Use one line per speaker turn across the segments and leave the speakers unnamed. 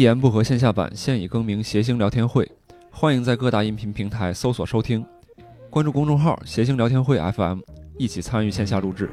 一言不合线下版现已更名“谐星聊天会”，欢迎在各大音频平台搜索收听，关注公众号“谐星聊天会 FM”，一起参与线下录制。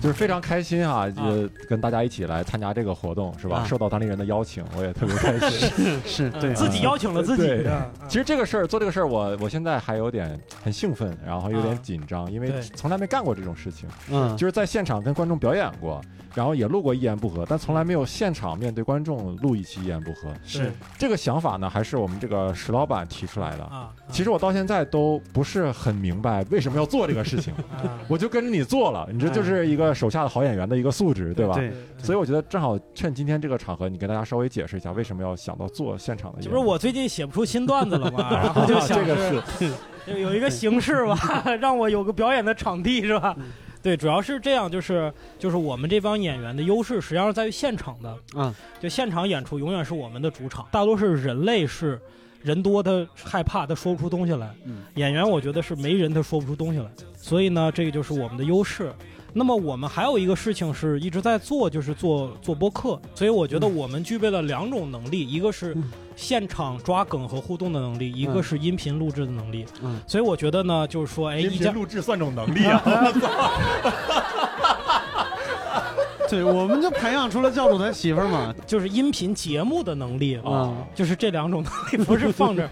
就是非常开心哈、呃
啊，
跟大家一起来参加这个活动是吧？
啊
受到当地人的邀请，我也特别开 心。
是
嗯
对
自己邀请了自己嗯
对
啊
其实这个事儿做这个事儿，我我现在还有点很兴奋，然后有点
啊
紧张，因为
对啊
从来没干过这种事情，
嗯，
就是在现场跟观众表演过，然后也录过一言不合，但从来没有现场面对观众录一期一言不合。
是
这个想法呢，还是我们这个石老板提出来的。
啊，
其实我到现在都不是很明白为什么要做这个事情，
啊哎
我就跟着你做了，你这就是一个手下的好演员的一个素质，对
啊
吧？
对，
所以我觉得正好趁今天这个场合，你跟大家稍微解释一下为什么要想到做现场的演
这
出。
不是我最近写不出新段子了 吗？然后
啊，
就
这
想
个
是有一个形式 吧，让我有个表演的场地是吧
嗯？
对，主要是这样，就是就是我们这帮演员的优势，实际上是在于现场的，
嗯，
就现场演出永远是我们的主场，大多是人类是。人多他害怕，他说不出东西来。
嗯
演员我觉得是没人他说不出东西来，所以呢，这个就是我们的优势。那么我们还有一个事情是一直在做，就是做做播客。所以我觉得我们具备了两种能力，一个是
嗯
现场抓梗和互动的能力，一个
嗯
是音频录制的能力。
嗯
所以我觉得呢，就是说，哎，一家
录制算种能力 啊！
对，我们就培养出了教主他媳妇儿嘛，
就是音频节目的能力啊，
啊，
就是这两种能力，不是放这儿，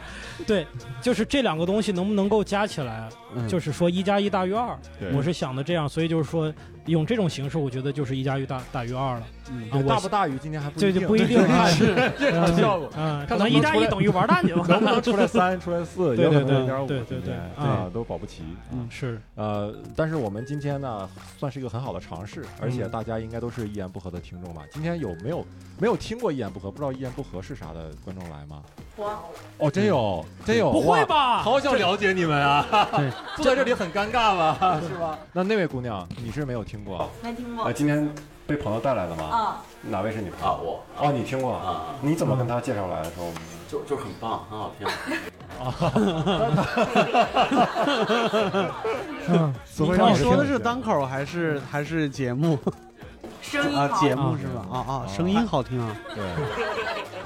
对，就是这两个东西能不能够加起来，
嗯
就是说一加一大于二，
对
我是想的这样，所以就是说用这种形式，我觉得就是一加一大大于二了，
嗯
啊，
大
我
不大于今天还不
这就不一定啊，是
现场效果，
嗯，可
看能不
能
能
一加
出
一
来
等于玩蛋去
能不
了，
能出来三、出来四，
对
有可
对
能零点五，
对对对对
啊，都保不齐。
嗯
是
呃，但是我们今天呢，算是一个很好的尝试，而
嗯
且大家应该都是一言不合的听众吧？今天有没有没有听过一言不合，不知道一言不合是啥的观众来吗？我哦，真有，真有，
不会
哇？
吧？
好想了解你们啊
对，
坐在这里很尴尬吧？是吧？
那那位姑娘，你是没有听过？
没听
呃
过。
啊今天被朋友带来的吗？
啊，
哪位是你朋
啊，？我
哦，你听过
啊，
你怎么跟他介绍来的时候？
就就是很棒，很好听。
哦 所
让
你
我
说的是
嗯
单口还是还是节目
声音
啊？
好。
节目是吧？啊啊，声音好听啊，
对，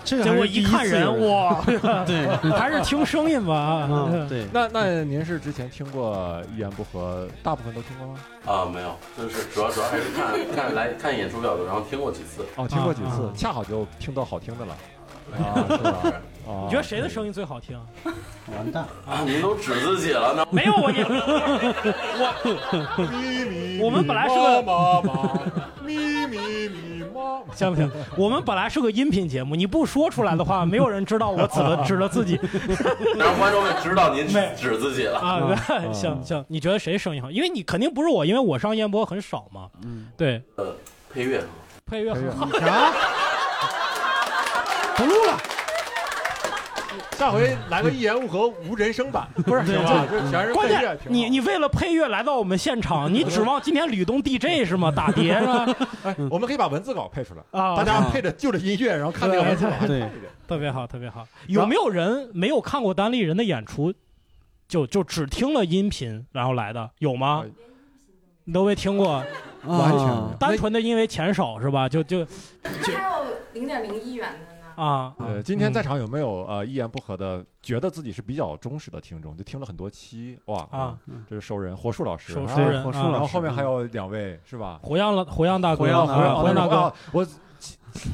这个
结
还
果
是
一
第
看
次
人
有，
哇，
对，
还是听声音吧啊
嗯，对，
那那您是之前听过一言不合，大部分都听过吗？
啊，没有，就是主要主要还是看看来看演出表格，然后听过几次。
哦，听过几次
啊，
恰好就听到好听的了。啊，是 吧？啊，
你觉得谁的声音最好听？
完蛋，
啊，您都指自己了呢？
没有我你我我们本来是个
妈妈，咪咪咪妈妈。
行不行？我们本来是个音频节目，你不说出来的话，没有人知道我指了指了自己
让观众们知道您
没
指自己了。
啊。行行，你觉得谁声音好？因为你肯定不是我，因为我上燕波很少嘛。
嗯，
对，
呃，配乐
配乐很好。
啥？不录了，
下回来个一言不合无人声 版，不是行吧？就全是
关
配
键
乐，挺好
你你为了配乐来到我们现场，你指望今天吕东 DJ 是吗？打碟是吧？
哎，我们可以把文字稿配出来，
啊，
大家配着就着音乐，然后看那个文字稿。
对，
特别好，特别好。有没有人没有看过单立人的演出，就就只听了音频然后来的？有吗？你都没听过，
完全没有
啊
单纯的因为钱少是吧？就就
还有零点零一元的呢。
啊，
嗯
呃，今天在场有没有呃一言不合的，觉得自己是比较忠实的听众，就听了很多期哇嗯
啊，
这是熟人火树老师，
手
啊
熟人
火树
啊
然
老师
后后面还有两位是吧？
胡杨老胡杨大哥，
胡杨大哥
胡杨大哥，
啊，我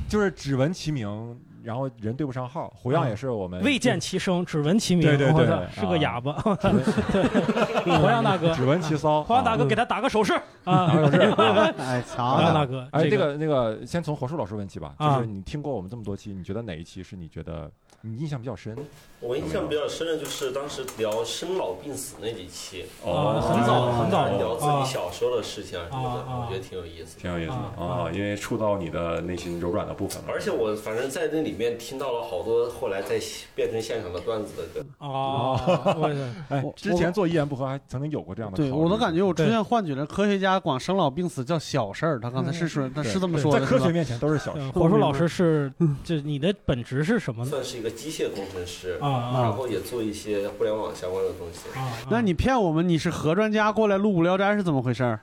就是只闻其名，然后人对不上号。胡杨也是我们
未见其声，只闻其名。
对对对
我操是个
啊
哑巴。对， 胡杨大哥，
只闻其骚。
胡杨大哥给他打个手势啊！
啊是啊
哎，
胡
瞧
杨
瞧，
大哥，
哎，
这
那个那个，先从火树老师问起吧，
啊
就是你听过我们这么多期，你觉得哪一期是你觉得你印象比较深？
我印象比较深的就是当时聊生老病死那几期，
哦
啊，很早很
聊
早
自
啊
己小时候的事情啊什么的，
啊啊
我觉得挺有意思的。
挺有意
思的
啊，因为触到你的内心柔软的部分
而且我反正在那里面听到了好多后来在变成现场的段子的
哦，我也是
哎
我，
之前做一言不合还曾经有过这样的考虑，
对我都感觉我出
对
现幻觉了。科学家管生老病死叫小事儿，他刚才是说，他是这么
对
说
在
的，
科
是
学
吧？
面前都是小事
嗯。火树老师是，就你的本职是什么呢？
算是一个机械工程师，
啊啊
然后也做一些互联网相关的东西。
啊！啊
那你骗我们，你是核专家过来录无聊斋是怎么回事儿？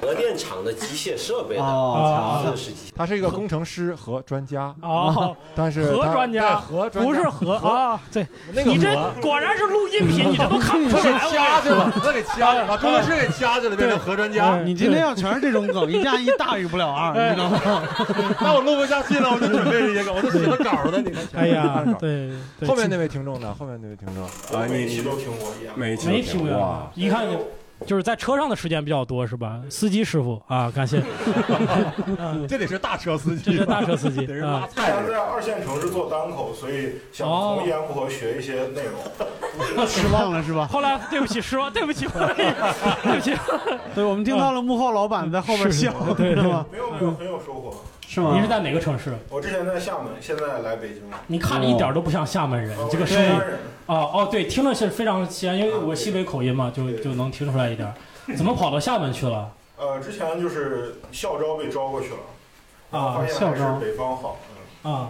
核电厂的机械设
啊
备的，
啊
哦，
这是机械。
他是一个工程师和专家，
哦，
但是
核
他
专家
对核专家
不是核啊，对，
那个
你这
核
果然是录音频，你这都 看不出
他给
来
掐
我
去 了，他给掐去了，把工程师给掐去了，变成核专家
对。
你今天要全是这种梗，一加一大于不了二，你知道吗？
那我录不下去了，我就准备这些个，我都写了稿了，你看。
哎呀，对，对
后面那位听众呢？后面那位听众
啊，你你都听过一样，每
没听过，一看就就是在车上的时间比较多是吧？司机师傅啊，感谢，
这得是大车司机
这，是大车司机
得是
啊
拉，
他
菜
想
的。
在二线城市做单口，所以想
哦
从一言不合学一些内容。
失望了是吧？
后来对不起，失望，对 不起，对不起，
对，我们听到了幕后老板在后边
是
笑，
对
是吗？
没有没有
嗯
很有收获。
是吗？
您是在哪个城市？
我之前在厦门，现在来北京了。呃
你看着一点都不像厦门人，这个声音
山人，
哦哦，对，听着是非常像，因为我西北口音嘛，就就能听出来一点儿。怎么跑到厦门去了？
呃，之前就是校招被招过去了，然后
啊
发现还
校招
是北方好。嗯，
啊，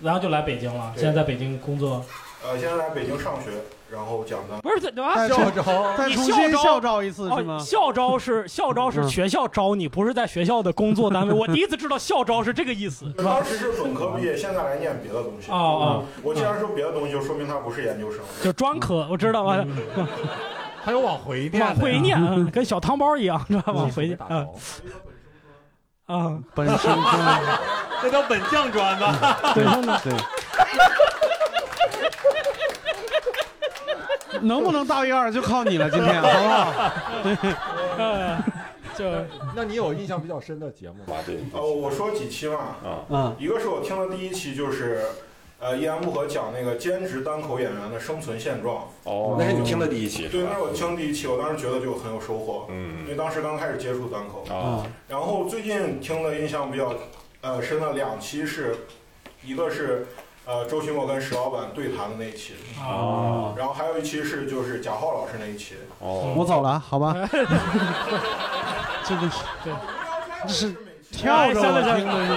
然后就来北京了，
对
现在在北京工作。
呃，现在来北京上学，然后讲单。
不是怎么？
再重
招
再
你
重
校
新
招
校招一次是
哦，
吗？
校招是校招是
嗯
学校招你，不是在学校的工作单位。我第一次知道校招是这个意思。
当时是本科毕业，现在来念别的东西。嗯
哦哦，
我既然说别的东西，就说明他不是研究生。
就专科，我知道，我
还有往回念的
往
呀，
回念，嗯跟小汤包一样，知道吧？往回
没
念
打
啊
着
啊！
本身真
这叫本酱砖吧？
对对。能不能大于二就靠你了，今天好不好？
呃就
那你有印象比较深的节目吗？哦
对，
呃，我说几期嘛，
嗯，
一个是我听的第一期就是，呃，一言不合讲那个兼职单口演员的生存现状。
哦，那是你听的第一期
对，
是
那
吧
是？我听第一期，我当时觉得就很有收获，因
嗯，
为当时刚开始接触单口。
嗯
啊，
然后最近听的印象比较呃深的两期是，一个是呃周奇墨跟石老板对谈的那一期，
啊，
然后还有一期是就是贾浩老师那一期。
哦，
哦我走了，好吧？
哎
这个是
对，
这是跳着我听的是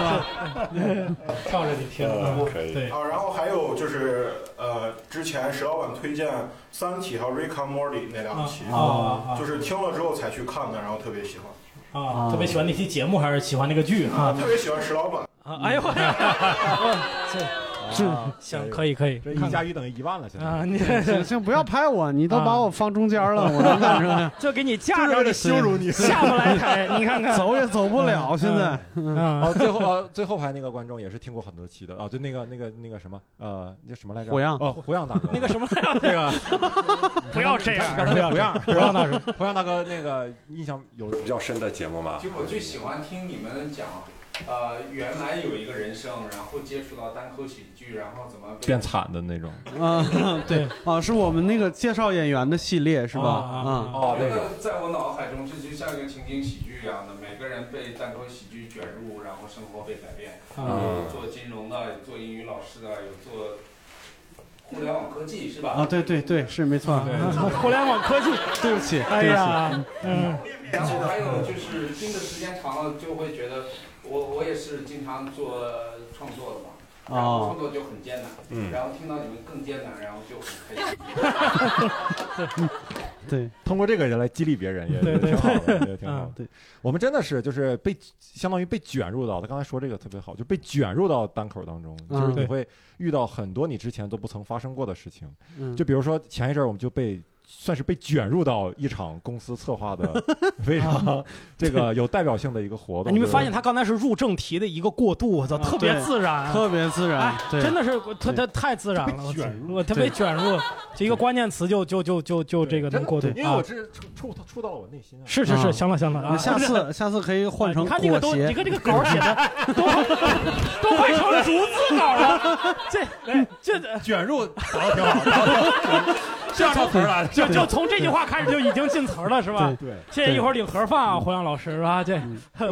吧？
跳着你听，
嗯
嗯
可以
对，
啊，然后还有就是呃之前石老板推荐《三体》还有《Rick and Morty》那两期。
啊啊
就是听了之后才去看的，然后特别喜欢，
啊啊！特别喜欢那期节目，还是喜欢那个剧啊？
特别喜欢石老板。
啊！哎呦，这
啊
行，可以可以
这一加一等于一万了，现在
啊！你
行行，不要拍我，你都
啊
把我放中间了，我能干什么呀？
就给你架
就是
着
为
你
了羞辱
你， 下不来台，你看看
走也走不了，现在。
啊
哦，最后呃最后排那个观众也是听过很多期的啊，就那个那个那个什么呃，那叫什么来着？
火样
哦，火样大哥，
那个什么，
那个 哎
不要这
你看那
样，不
个
要
火
这样，
样，火样大哥，火样大哥那个印象有
比较深的节目嘛
其，实我最喜欢听你们讲，呃，原来有一个人生，然后接触到单口喜剧，然后怎么被啊
变惨的那种，
嗯，对，啊，是我们那个介绍演员的系列是吧？
啊啊
啊，
哦，那个在我脑海中，这就像一个情景喜剧一样的，每个人被单口喜剧卷入，然后生活被改变。
嗯
啊
有做金融的，有做英语老师的，有做互联网科技，是吧？
啊，对对对，是没错，啊
互联
嗯
网科技，
对不起，
哎
对不起，
呀，嗯，
然后还有就是盯的时间长了，就会觉得我我也是经常做创作的嘛，然后
哦
创作就很艰难，
嗯
然后听到你们更艰难，然后就很开心。
对，
通过这个人来激励别人也
对
也
对
挺好的，也挺好
啊
嗯
的。我们真的是就是被相当于被卷入到，他刚才说这个特别好，就被卷入到单口当中，
嗯
就是你
对
会遇到很多你之前都不曾发生过的事情。
嗯，
就比如说前一阵儿我们就被算是被卷入到一场公司策划的 非常这个有代表性的一个活动。
啊哎你们
就是
发现他刚才是入正题的一个过渡，我操，特别
对
自然，
特别自然
哎，，
对，
真的是他他太自然了，我操我他被卷入，就一个关键词就就就就就这个
真
能
的
过渡
因为
啊
我，这触触触到了我内心啊。
是是是，
啊
行了行了啊，
那下次下次可以换
哎
成
你看这个
裹
都，你
挟，
看这个稿写的都都快成
哎
逐字稿了，这这这
卷入
这样
就
啊
就就从这句话开始就已经进词儿了，是吧？
对对
谢谢一会儿领盒饭啊，胡杨老师是吧？这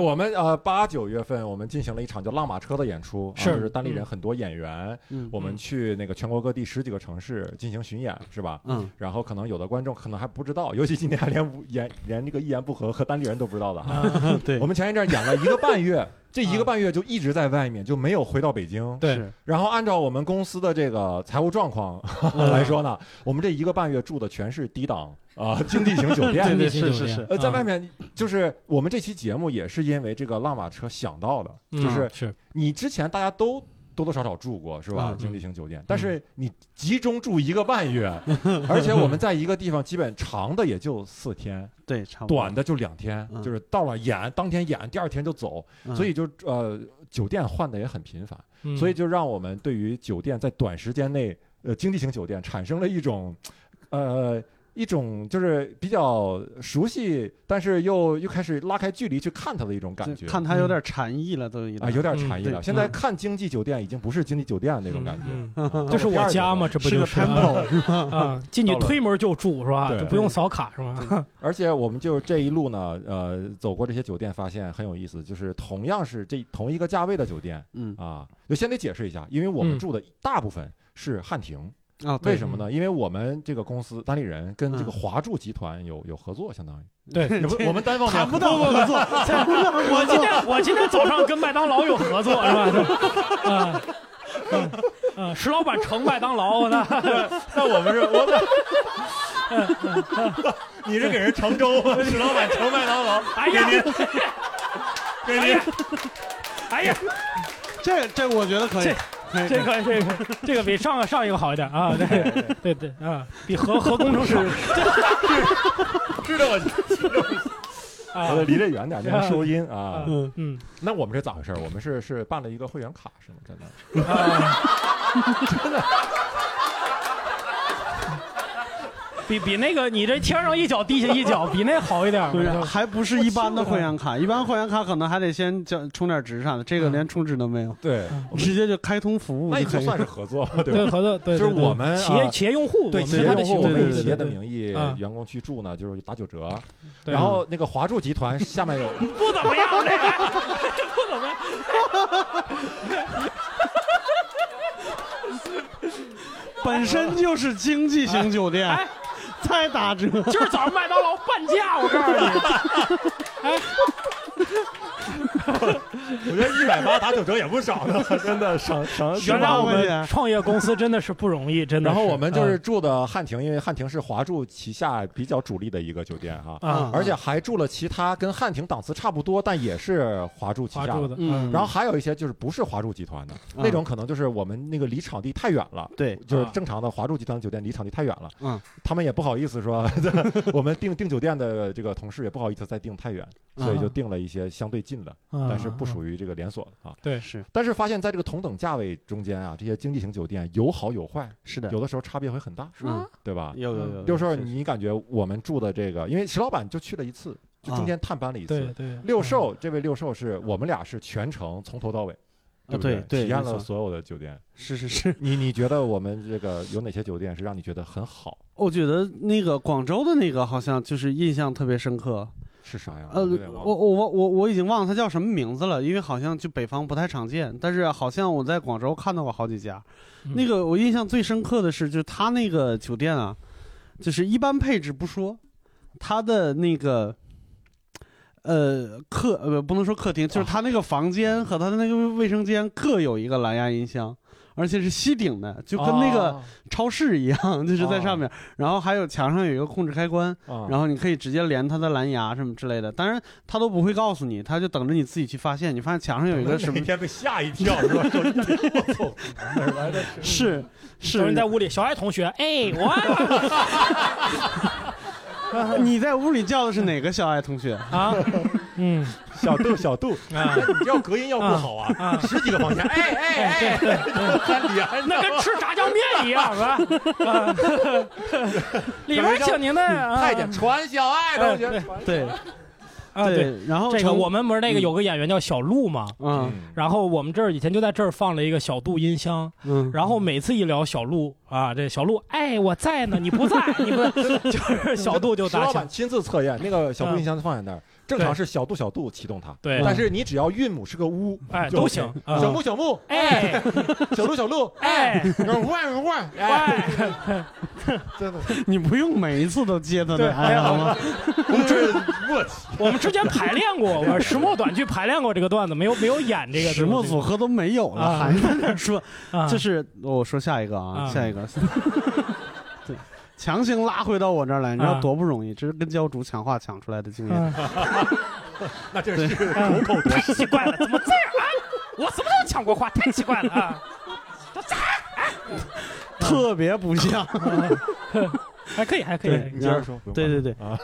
我们呃八九月份我们进行了一场叫“浪马车”的演出，啊
是
就是单立人很多演员
嗯，
我们去那个全国各地十几个城市进行巡演，是吧？
嗯。
然后可能有的观众可能还不知道， 尤其今天还连无演连这个一言不合和单立人都不知道的哈。
啊 对，
我们前一阵演了一个半 月，这一个半月就一直在外面，就没有回到北京。
对是。
然后按照我们公司的这个财务状况
嗯
来说呢，我们这一个半月住的全是低档 啊经济型酒店，
对对是是是
呃，在
嗯
外面就是我们这期节目也是因为这个浪马车想到的，
嗯
就是
是
你之前大家都。多多少少住过是吧
嗯？
经济型酒店，但是你集中住一个半 月，而且我们在一个地方基本长的也就四天，
对，差不多
短的就两天，
嗯
就是到了演当天演，第二天就走，
嗯
所以就呃酒店换的也很频繁，
嗯
所以就让我们对于酒店在短时间内呃经济型酒店产生了一种呃。一种就是比较熟悉，但是又又开始拉开距离去看它的一种感觉，
看他有点禅意了，都已经
啊，有点
嗯
禅意了。
对
现在看经济酒店已经不是经济酒店那种感觉，
嗯
这是我家嘛，这不就是
是 个 temple
啊？进去推门就住是吧？
对
就不用扫卡是吧？
而且我们就这一路呢，呃，走过这些酒店，发现很有意思，就是同样是这同一个价位的酒店，
嗯
啊，就先得解释一下，因为我们
嗯
住的大部分是汉庭。
啊对
为什么
嗯
呢？因为我们这个公司单立人跟这个
嗯
华住集团有有合作，相当于
对
也不我们单方面
谈不到
合
合作，谈不到合作
我今天我今天早上跟麦当劳有合作是 吧？就啊。嗯，石老板盛麦当劳呢？
那我们是我们
嗯
你是给人盛粥吗？史老板盛麦当劳，
哎呀，
给您，
哎 呀，
这这我觉得可以，可以
这个这个这个比上个上一个好一点啊！对 对对啊，比核核工程师
知道我知道我。
啊
我得离这 远点，那个收音啊。
嗯嗯，
那我们这咋回事儿？我们是是办了一个会员卡是吗？真的？
比比那个你这天上一脚地下一脚，比那好一点儿。
会
啊
员还不是一般的会员卡，一般会员卡可能还得先交充点值啥的，这个连充值都没有，
对，
直接就开通服务
嗯那
就
也
可
就
以。
算是合作，
对
吧？
合作，对，
就是
对对
我们
企业
啊
企业用户，
对嗯
我
企
们
业
他
用
的
户，我
用户
们
对
以企业的
对对
名义
啊
员工去住呢，就是打九折。
对
然后那个华住集团下面有，
不怎么样，这个这不怎么样。
本身就是经济
哎
型酒店，再打折，
今儿早上麦当劳半价，我告诉 你，
我觉得一百八打九折也不少呢， 嗯真的省省。
原来我
10万块
们
钱
创业公司真的是不容易，真的。
然后我们就是住的汉庭，因为汉庭是华住旗下比较主力的一个酒店哈，
啊
而且还住了其他跟汉庭档次差不多，但也是华住嗯旗
华
下
住的，。
嗯
然后还有一些就是不是华住集团的那种，可能就是我们那个离场地太远了，
对
就是正常的华住集团酒店离场地太远了，
啊嗯，
他们也不好意思说， 我们订订酒店的这个同事也不好意思再订太远，
嗯
所以就订了一些相对近的，
嗯
但是不属于这个连锁的啊。
对
嗯是
但是发现在这个同等价位中间啊，这些经济型酒店有好有坏，
是的，
有的时候差别会很大，
嗯
对吧？
有有有，
有时候
是
你感觉我们住的这个，因为石老板就去了一次，就
嗯
中间探班了一次
对。对嗯
六兽这位六兽是我们俩是全程从头到尾，
啊
不
对对
体验
没
了
错
所有的酒店。
是是是，
你你觉得我们这个有哪些酒店是让你觉得很好？
我觉得那个广州的那个好像就是印象特别深刻，
是啥呀？
呃，
有点
我
忘了
我我我我已经忘了它叫什么名字了，因为好像就北方不太常见，但是好像我在广州看到过好几家。
嗯
那个我印象最深刻的是，就是它那个酒店啊，就是一般配置不说，它的那个。呃，客呃不能说客厅，就是
哦
它那个房间和它的那个卫生间各有一个蓝牙音箱，而且是吸顶的，就跟那个
啊
超市一样， 就是在
哦
上面。然后还有墙上有一个控制开关，
啊
然后你可以直接连它的蓝牙什么之类的，当然他都不会告诉你，他就等着你自己去发现。你发现墙上有一个什么
那？天被吓一跳，
哦
是吧？我操，哪儿来的？
是
有人
是
在，屋里，小爱同学， 哎，我
你在屋里叫的是哪个小爱同 学？
啊， 嗯
小度小度，
啊，
你这要隔音要不好啊，十几个房间，哎哎哎，连
那
着
跟吃炸酱面一样 是吧？啊 里边请您的啊哎
太监传小爱同学，
对，
啊，
对然后
这个
成
我们不是那个有个演员叫小鹿嘛，
嗯，
然后我们这儿以前就在这儿放了一个小度音箱，
嗯，
然后每次一聊小鹿啊，这小鹿，哎，我在呢，你不 在，你不在， 就是小度就
石
打
老
起来
板，亲自测验，那个小度
嗯
音箱放在那儿，正常是小度小度启动它，
对
但是你只要韵母是个乌，
哎
就
都
OK
行啊
小木小木，
哎，
小鹿小鹿，
哎，
万万 哎，真的，
你不用每一次都接他
对
的，哎好吗？
我们之我们之前排练 过，我们石墨短剧排练过这个段子，没有没有演这个
石墨组合都没有了，
啊
还在那说
啊，
就是我说下一个啊，
啊
下一个， 对，强行拉回到我这儿来，你知道
啊
多不容易，这是跟教主强化抢出来的经验。
那真
对
是口口夺
太 啊
心。
奇怪了，怎么这样啊？我什么时候抢过话？太奇怪了啊！
特别不像。
还哎可以，还可以。
你接着说，不用
对对对，
啊，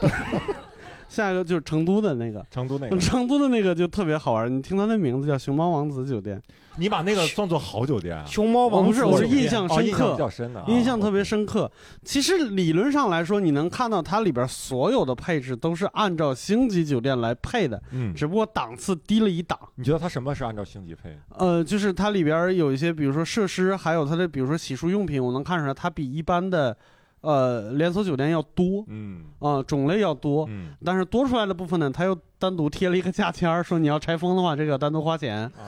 下一个就是成都的那个，
成都那个，
成都的那个就特别好玩。你听它的名字叫熊猫王子酒店，
你把那个算作好酒店啊，
熊猫
我
王
不是，我是
印
印象
哦，
深
印象
刻
比，较深的啊，
印象特别深刻。其实理论上来说，你能看到它里边所有的配置都是按照星级酒店来配的，
嗯，
只不过档次低了一档。
你觉得它什么是按照星级配？
呃，就是它里边儿有一些，比如说设施，还有它的比如说洗漱用品，我能看出来它比一般的呃连锁酒店要多
嗯
啊、种类要多。
嗯，
但是多出来的部分呢，它又单独贴了一个价签儿，说你要拆封的话，这个要单独花钱，
啊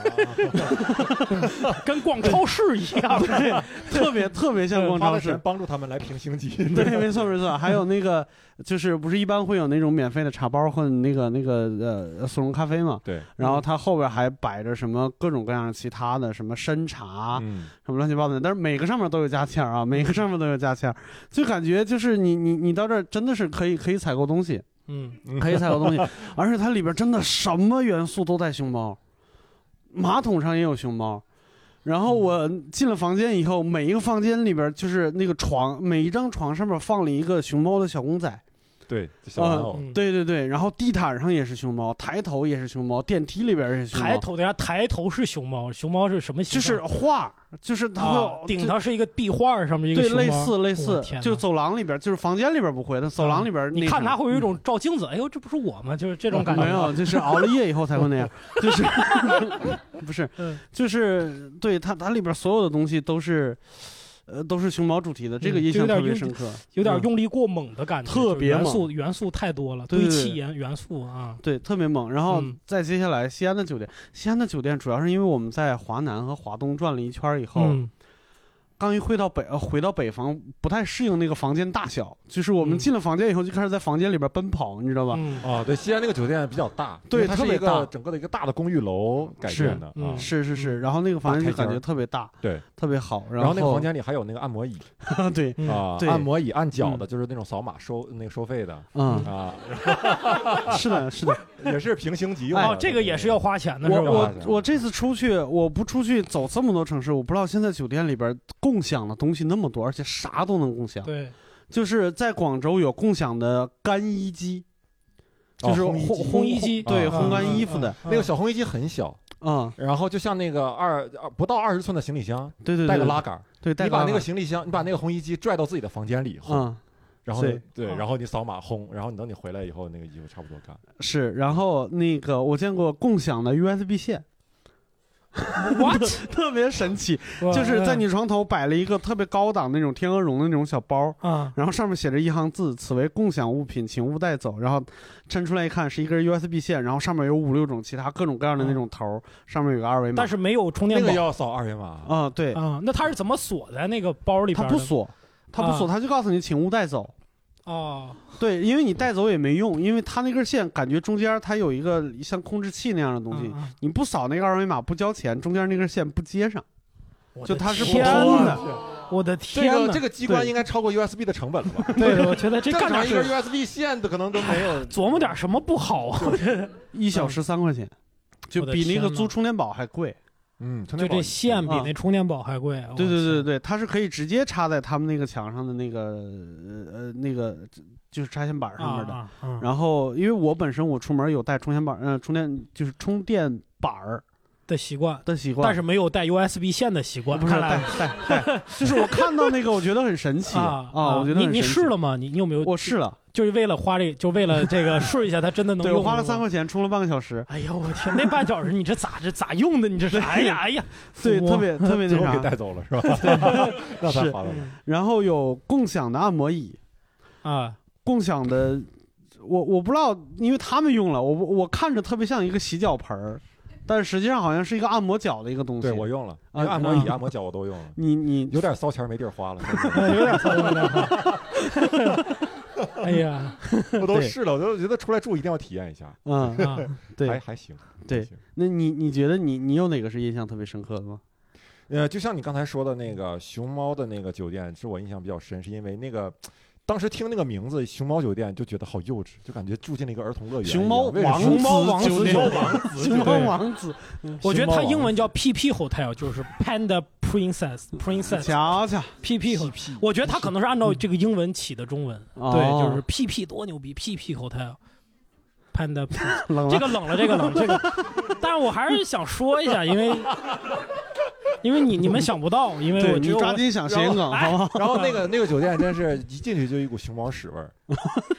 跟逛超市一样。嗯
特别特别像逛
花
超
了
市
钱。帮助他们来评星级，
对，没错没错。还有那个，就是不是一般会有那种免费的茶包或者那个那个呃速溶咖啡嘛？
对，
然后它后边还摆着什么各种各样其他的什么参茶，
嗯
什么乱七八糟的，但是每个上面都有加签儿啊，每个上面都有加签儿，就感觉就是你你你到这儿真的是可以可以采购东西，
嗯，
可以采购东西，而且它里边真的什么元素都带熊猫，马桶上也有熊猫。然后我进了房间以后，每一个房间里边就是那个床，每一张床上面放了一个熊猫的小公仔，
对，小玩偶，
嗯
对对对，然后地毯上也是熊猫，抬头也是熊猫，电梯里边也是熊猫，
抬头，等下抬头是熊猫，熊猫是什么
就
形
是
象？
画儿，就是它会
啊
有，
顶上是一个壁画，上面一个
对，
熊猫
类似类
我
似
天，哪啊
就是走廊里边，就是房间里边不会，但走廊里边那种，
你看它会有一
嗯哦
种照镜子，哎呦，这不是我吗？就是这种感觉。
没有，就是熬了夜以后才会 那样，就是不是
嗯，
就是对它它里边所有的东西都是，呃，都是熊猫主题的，这个
嗯
印
就有
象
点
特别
晕
深刻，
有点
嗯。
用力过猛的感觉，
特
就是
别
元
猛
素元素太多了，
对
堆
对
砌
对
元元素啊。
对，特别猛。然后
嗯
再接下来，西安的酒店，西安的酒店主要是因为我们在华南和华东转了一圈以后，
嗯
刚一回到北呃回到北方，不太适应那个房间大小，就是我们
嗯
进了房间以后就开始在房间里边奔跑，你知道吧？
嗯
哦，对，西安那个酒店比较大，
对
因为它
特
是
别
一
大
个整个的一个大的公寓楼改建
是
的啊
嗯。
是是是，然后那个房间就感觉特别大，
对，
特别好。
然
后
那个房间里还有那个按摩椅
对，
嗯
啊，
对
按摩椅按脚的，就是那种扫码收那个收费的
嗯，
啊，
是的，是的。
也是平星级用的。
哦，这个也是要花钱的，
哎我
是吧？
我我这次出去，我不出去走这么多城市，我不知道现在酒店里边共享的东西那么多，而且啥都能共享。
对，
就是在广州有共享的干衣机，就是
哦烘衣机
烘
烘衣机
对，
啊
烘干衣服的。
嗯
那个小烘衣机很小，
嗯，
然后就像那个二二不到二十寸的行李箱，
对对对，
带个拉杆儿，
对，带
你
个
把那
拉
个
杆
行李箱，你把那个烘衣机拽到自己的房间里烘，
嗯。
然后呢
对
对，
哦
然后你扫码烘，然后你等你回来以后，那个衣服差不多干。
是，然后那个我见过共享的 USB 线，
what 嗯啊
特别神奇， 就是在你床头摆了一个特别高档那种天鹅绒的那种小包，
啊，
然后上面写着一行字：“此为共享物品，请勿带走。”然后抻出来一看是一根 USB 线，然后上面有五六种其他各种各样的那种头儿，上面有个二维码。
哦但是没有充
那
电宝
个要扫二维码，
啊、对，
啊，那它是怎么锁在那个包里
它
边的？啊
不锁，它不锁，它就告诉你请勿带走。
哦，
对，因为你带走也没用，因为它那根线感觉中间它有一个像控制器那样的东西，
嗯嗯
你不扫那个二维码不交钱，中间那根线不接上。
我
就
的
它是不
天
哦
通
呐，
的。
我的
这
天
个
呐，
这个机关
对啊
应该超过 USB 的成本了吧？
对，我觉得这
正
干点
常一
事
根
儿
USB 线的可能都没有。
琢磨点什么不好啊？
一小时三块钱，就
我的
比那个
天呐
租充电宝还贵。
嗯，充
就
电宝
这线比
啊
那充电宝还贵。
啊
我
对对对
天，
对，它是可以直接插在他们那个墙上的那个呃呃那个就是插线板上面的。
啊啊啊！
呃然后因为我本身我出门有带充电板，嗯、充电就是充电板儿，
的习惯，
的习惯
但是没有带 USB 线的习惯。
不是
看来
带带，就是我看到那个，我觉得很神 奇
啊
啊！我觉得
你
很
你
神奇
试了吗？你你有没有？
我试了，
就是为了花这，就为了这个试一下，它真的能
对
用。
我花了三。块钱充了半个小时，
哎呦我天，那半小时你这咋这咋用的？你这是哎呀哎 呀，
对，
抚摸
特别特别那
最后
啥，
给带走了是吧让他
是
划了吧，
然后有共享的按摩椅
啊，
共享的，我我不知道，因为他们用了，我不我看着特别像一个洗脚盆儿，但是实际上好像是一个按摩脚的一个东西。
对我用了，那
啊，
个按摩椅、
啊
按摩脚我都用了，
你你
有点骚钱儿没地儿花了，
有点骚钱哎 呀，
我都
对
试了，我都觉得出来住一定要体验一下，
嗯
啊，
对
还还行。
对，那你你觉得你你有哪个是印象特别深刻的吗？
呃，就像你刚才说的那个熊猫的那个酒店，是我印象比较深，是因为那个。当时听那个名字“熊猫酒店”就觉得好幼稚，就感觉住进了一个儿童乐园一样。
熊猫
啊为什么
王
熊猫
子酒店
熊猫王子
熊猫
对
王子，嗯
我觉
熊
得
猫
它
王
英文叫 PP Hotel，就是 Panda Princess Princess
瞧瞧，
PP Hotel。我觉得它可能是按照这个英文起的中文，
哦
对，就是 PP 多牛逼，PP Hotel。Panda，Princess
冷了
这个冷了，这个冷了，这个，但是我还是想说一下，因为，因为你你们想不到，因为
对
我
你
觉得
抓
我
紧想谐音梗好不好？
然后哎那个那个酒店真是一进去就一股熊猫屎味儿，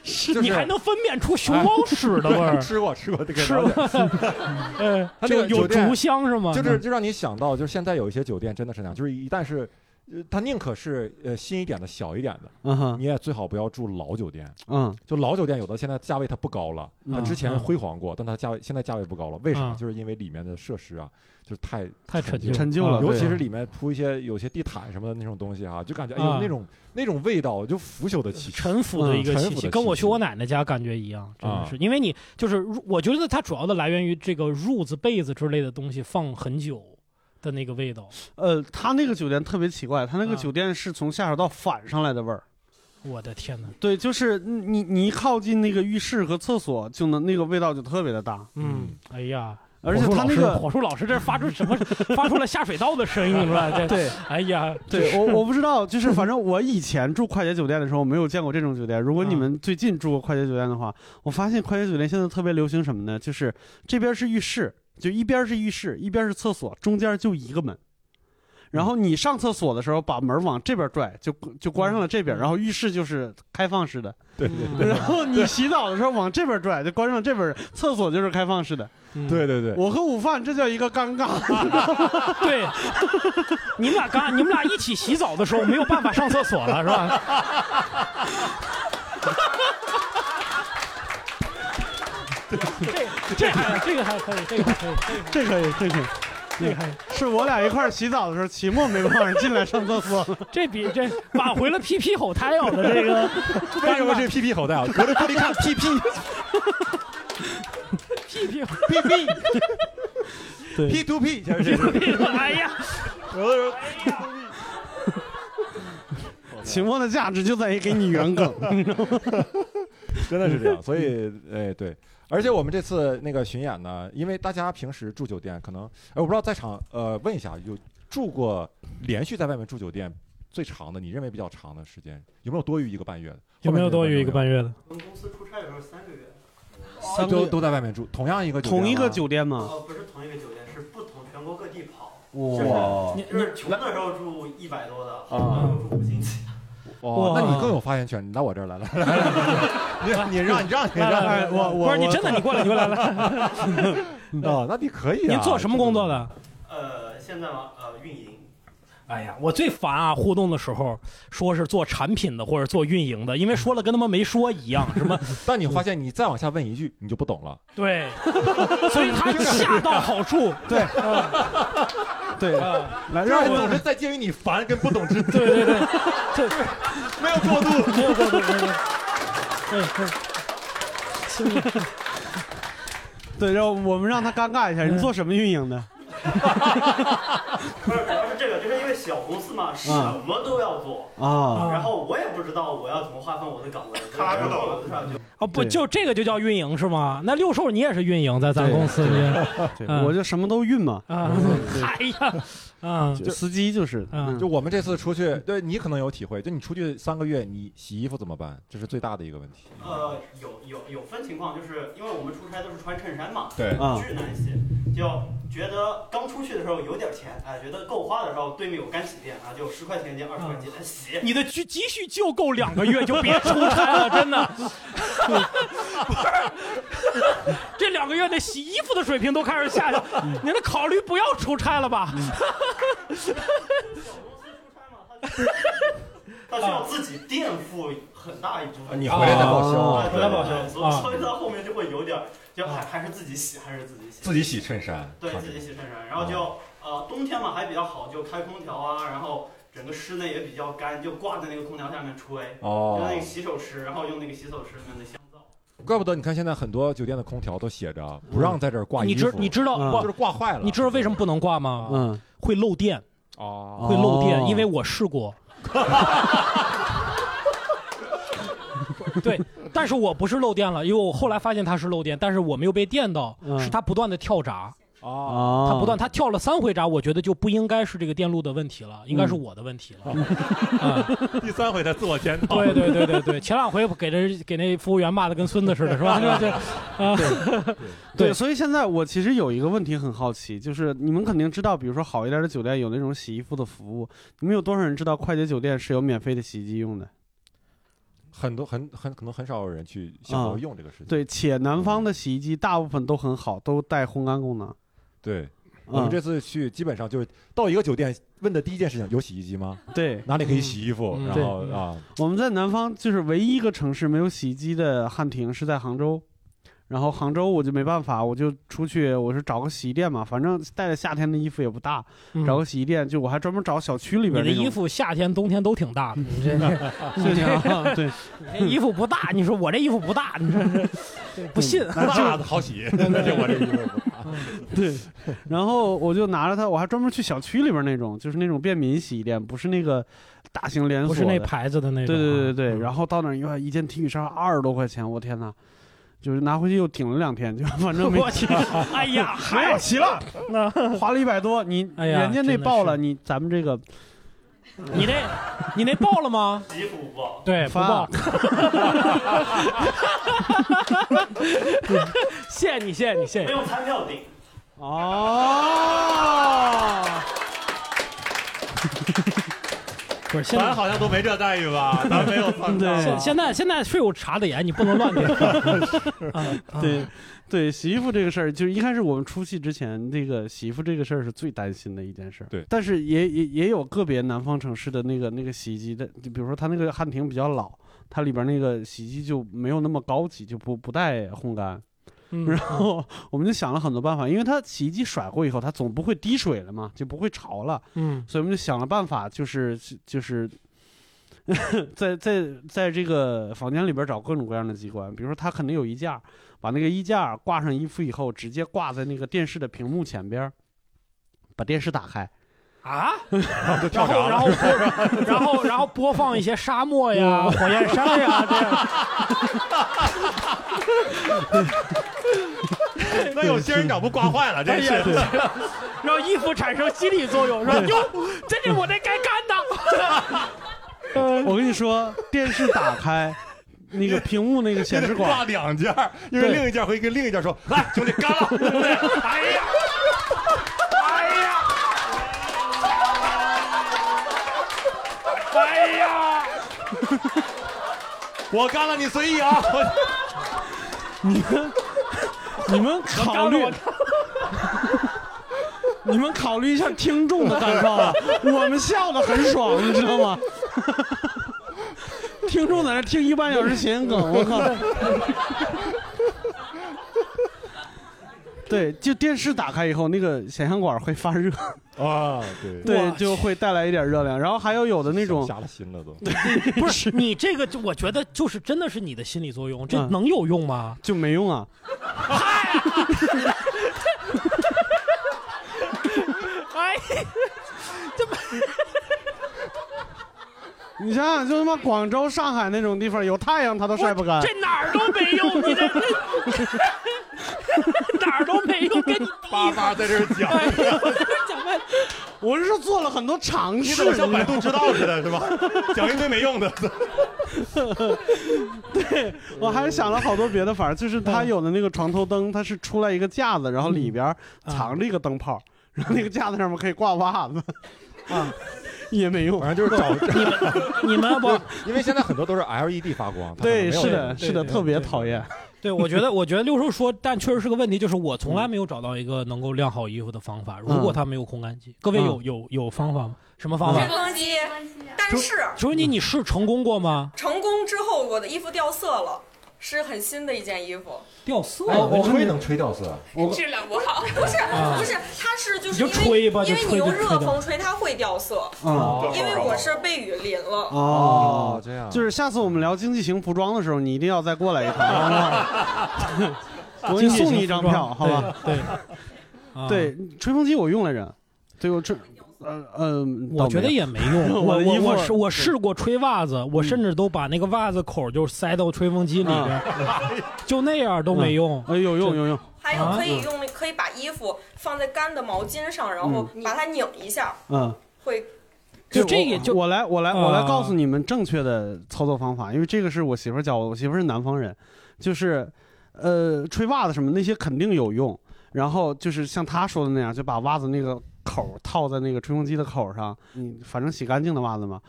就是，
你还能分辨出熊猫屎的味 儿
吃过吃过这个
是
了解，
吗？呃，
它那
就
个
有
酒店
竹香是吗？
就是就让你想到，就是现在有一些酒店真的是那样，就是一旦是，呃它宁可是呃新一点的小一点的，
嗯哼
你也最好不要住老酒店。
嗯
就老酒店有的现在价位它不高了，它
嗯
之前
嗯
辉煌过，但它价位现在价位不高了，为啥？
嗯
就是因为里面的设施啊，就是太
太陈旧了，啊
陈旧了
尤
对
其是里面铺一些有些地毯什么的那种东西啊，就感觉哎
啊
呦那种那种味道就腐朽的气息。
陈腐的一个
嗯
气
陈腐
息，
的
跟我
气
去
息
我奶奶家感觉一样，真的
啊
是，因为你就是入，我觉得它主要的来源于这个褥子、被子之类的东西放很久的那个味道。
呃，他那个酒店特别奇怪，他那个
嗯
啊
酒店是从下水道反上来的味儿。
我的天哪！
对，就是你你一靠近那个浴室和厕所，就能那个味道就特别的大，
嗯，哎呀，
而且
火树
他
老
那
师
个
火树老师这发出什么？发出了下水道的声音了，这
对。
哎呀，
对我我不知道，就是反正我以前住快捷酒店的时候，我没有见过这种酒店。如果你们最近住过快捷酒店的话，我发现快捷酒店现在特别流行什么呢？就是这边是浴室，就一边是浴室，一边是厕所，中间就一个门。然后你上厕所的时候，把门往这边拽，就就关上了这边。然后浴室就是开放式的，
对对
嗯
然后你洗澡的时候往这边拽，就关上这边；厕所就是开放式的。
嗯
对对对，
我和午饭这叫一个尴尬。
对，你们俩刚你们俩一起洗澡的时候没有办法上厕所了是吧？这这还这个还可以，这个还可以，
这可以，这可以。
这个还可以
是我俩一块儿洗澡的时候，期末没办法进来上厕所了。
这比这挽回了 PP 吼胎友的这个
为什么是 PP 口袋啊？我这玻璃看 PP
PP
PP
对
P to P，就是
PP，哎 呀，
期末的价值就在于给你圆梗。
真的是这样，所 以哎对，而且我们这次那个巡演呢，因为大家平时住酒店，可能哎我不知道在场呃问一下，有住过连续在外面住酒店最长的，你认为比较长的时间有没有多于一个半月的？
有没有多余一个半月的？
我们公司出差的时候三个月，
月都都在外面住，同样一个酒店
同一个
吗
酒店吗？
哦，不是同一个酒店，是不同全国各地跑。
哇，
你
就是穷的时候住一百多的，好
啊
的时候住五星级。
哦，
哇
那你更有发言权，你到我这儿来了，来来来，你你让你让你
来来
让
来，
哎我我
不是你真的，你过来，你过来来。
哦， 那你可以啊。
您做什么工作的？
呃，现在嘛，呃，运营
哎呀，我最烦啊！互动的时候说是做产品的或者做运营的，因为说了跟他们没说一样，什么
这个？但你发现你再往下问一句，你就不懂了。
对， 所以他恰到好处。
对，对，来让
让我
我
总是在介于你烦跟不懂之间，
对对对，这
没有过 渡。
没有没有没有没有，对对，请你
对让我们让他尴尬一下。你做什么运营的？
不是，主要是这这个，就是因为小公司
啊
嘛，什么都要做
啊
然后我也不知道我要怎么划分我的岗位，
他
不
懂
上就。
哦，不
对
就这个就叫运营是吗？那六叔你也是运营，在咱公司里
啊对，
嗯
我就什么都运嘛。
啊， 哎呀，啊，
就司机就是，嗯
就我们这次出去，对你可能有体会，就你出去三个月，你洗衣服怎么办？这是最大的一个问题。
呃，有有有分情况，就是因为我们出差都是穿衬衫嘛，
对啊
巨难洗，就觉得刚出去的时候有点钱，哎，觉得够花的时候，对面有干洗店啊，就十块钱一件，二十块
啊
钱一件洗。
你的积积蓄就够两个月，就别出差了，真的。不是，这两个月的洗衣服的水平都开始下降，你得考虑不要出差了吧？
嗯
他需要自己垫付很大一部分。
啊你回来再报销
哦
啊
啊
回来报销
对所
啊
以所以到后面就会有点儿，就还还是自己洗，还是自己洗。
自己洗衬衫
对，
看着
自己洗衬衫，然后就呃冬天嘛还比较好，就开空调啊，然后整个室内也比较干，就挂在那个空调下面吹。
哦
用那个洗手池，然后用那个洗手池里面的香皂。
怪不得你看现在很多酒店的空调都写着不让在这儿挂衣
你
服嗯
知，你知道不
就是挂坏了。
你知道为什么不能挂吗？
嗯，
会漏电，
哦
会漏电，因为我试过。对，但是我不是漏电了，因为我后来发现它是漏电，但是我没有被电到，
嗯
是它不断的跳闸。
哦
它不断，它跳了三回闸，我觉得就不应该是这个电路的问题了，应该是我的问题了。
第三回他自我检讨。
对对对对对，前两回给这给那服务员骂的跟孙子似的，是吧？是吧？这啊，
对，所以现在我其实有一个问题很好奇，就是你们肯定知道，比如说好一点的酒店有那种洗衣服的服务，你们有多少人知道快捷酒店是有免费的洗衣机用的？
很多很很可能很少有人去想
啊
到用这个事情。
对，且南方的洗衣机大部分都很好，都带烘干功能。嗯
对，我们这次去基本上就是到一个酒店问的第一件事情有洗衣机吗？
对，
哪里可以洗衣服？然后
对
啊，
我们在南方就是唯一一个城市没有洗衣机的汉庭是在杭州，然后杭州我就没办法，我就出去，我是找个洗衣店嘛，反正带着夏天的衣服也不大，
嗯
找个洗衣店，就我还专门找小区里
你
边
的
那种
衣服夏天冬天都挺大的，你这
谢谢啊对
你这衣服不大，你说我这衣服不大，你这是不信？
那好洗，那就我这衣服。
对，然后我就拿着它，我还专门去小区里边那种，就是那种便民洗衣店，不是那个大型连锁
不
的，
是那牌子的那种
对对
啊
对对对，然后到那儿一看，一件 T 恤衫二十多块钱，我天哪！就是拿回去又顶了两天，就 反正没
我去哎呀
没有洗了，
那
花了一百多，你
哎呀
人家那爆了，你咱们这个
你那你那爆了吗？
衣服不爆，
对，不爆。 谢谢你，谢谢你，谢
没
谢你
有。餐票顶。
哦，
不是现在
咱好像都没这待遇吧？咱没有参加
现现在现在税务查的严，你不能乱点。嗯啊
对对，洗衣服这个事儿，就是一开始我们出戏之前，这个洗衣服这个事儿是最担心的一件事儿。
对，
但是也也也有个别南方城市的那个那个洗衣机的，就比如说它那个汉庭比较老，它里边那个洗衣机就没有那么高级，就不不带烘干。
嗯
然后我们就想了很多办法，因为它洗衣机甩过以后，它总不会滴水了嘛，就不会潮了。
嗯
所以我们就想了办法，就是就是。 在在在这个房间里边找各种各样的机关，比如说它肯定有衣架，把那个衣架挂上衣服以后，直接挂在那个电视的屏幕前边儿，把电视打开，
啊，
就
然后然后播然后然后播放一些沙漠呀、
嗯
火焰山 呀，
那有仙人掌不刮坏了，真是
哎呀对让衣服产生心理作用，说
对
哟，这是我这该干的。
我跟你说，电视打开，那个屏幕那个显示管
挂两件儿，因为
对
另一件会跟另一件 说：“来，兄弟，干了！”对 不对？哎呀，哎呀，哎呀，我干了，你随意啊。
你们你们考虑
我，
你们考虑一下听众的感受啊！我们笑的很爽，你知道吗？ 听众在那听一半小时谐音梗，我 靠！对，就电视打开以后，那个显像管会发热，
啊，对
对，就会带来一点热量。然后还有有的那种
瞎了心了都。
不是你这个，就我觉得就是真的是你的心理作用，这
嗯
能有 用吗？
就没用啊，
哎
哎，这不
你想想，就他妈广州、上海那种地方，有太阳它都晒不干。
这哪儿都没用，你 这哪儿都没用，跟你
叭叭在这讲。
哎
讲半
我是说做了很多尝试，
你怎么像百度知道似的，是吧？讲一堆没用的。
对，我还想了好多别的法儿，就是它
嗯
有的那个床头灯，它是出来一个架子，然后里边儿
嗯
藏着一个灯泡，然后那个架子上面可以挂 袜子，啊，也没用，
反正就是找
你们
你们不，
因为现在很多都是 LED 发光，它
对，
可能没有
是的，
这
是的，
个
特别讨厌。
对，我觉得，我觉得六叔说，但确实是个问题，就是我从来没有找到一个能够晾好衣服的方法。如果他没有烘干机，各位有
嗯
有有方法吗？什么方法？
光机，
啊
但是
求求你，你是成功过吗？
成功之后，我的衣服掉色了，是很新的一件衣服，
掉色
哎我吹能吹掉色？
我
质量不好。不是
啊
不是，它是就是
你就
因
吹
为
吧
因
就
为你
吹
用
就
热
吹掉
风吹，它会掉色。
哦
嗯
因为我是被雨淋了。
哦，
哦这样
就是下次我们聊经济型服装的时候，你一定要再过来一趟，我
经
给你
济型
啊 送你一张票，
服
好
装啊
吧？
对
对，吹风机我用来着，对我吹，呃呃，
我觉得也没用，
我
我
的
我
衣服
我是我试过吹袜子，
嗯
我甚至都把那个袜子口就塞到吹风机里边，
嗯
就那样都没用。
哎，有用有用。
还有可以
啊
用，可以把衣服放在干的毛巾上，然后
嗯
把它拧一下，
嗯，
会
就这个就
我来我来我
啊
来告诉你们正确的操作方法，因为这个是我媳妇儿教我，我媳妇儿是南方人，就是呃吹袜子什么那些肯定有用，然后就是像她说的那样，就把袜子那个口儿套在那个吹风机的口儿上，你反正洗干净的袜子嘛，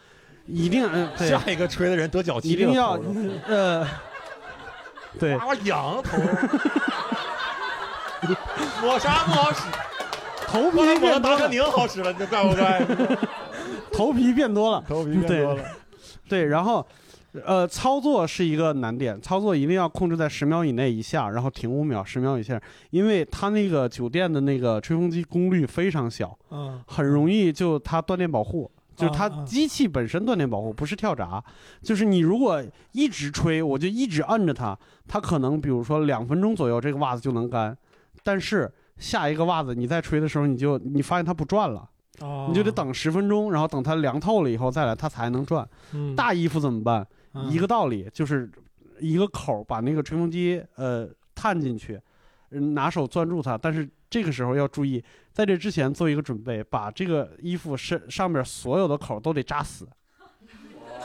一定嗯、对
下一个吹的人得脚气，
一定要呃 对
哇哇痒头，抹啥不好使，
头皮
刚才抹
变
了
多
达克
了，
宁好使了，你这怪不 怪？
头皮变多了，
头皮变多了
对，对，然后。呃，操作是一个难点，操作一定要控制在十秒以内一下，然后停五秒，十秒以下，因为它那个酒店的那个吹风机功率非常小，
嗯，
很容易就它断电保护，就是它
啊啊
机器本身断电保护，不是跳闸，就是你如果一直吹，我就一直摁着它，它可能比如说两分钟左右这个袜子就能干，但是下一个袜子你再吹的时候，你就你发现它不转了。
哦
你就得等十分钟，然后等它凉透了以后再来，它才能转。
嗯
大衣服怎么办？
嗯
一个道理，就是一个口儿把那个吹风机呃探进去，嗯拿手攥住它。但是这个时候要注意，在这之前做一个准备，把这个衣服身上面所有的口儿都得扎死。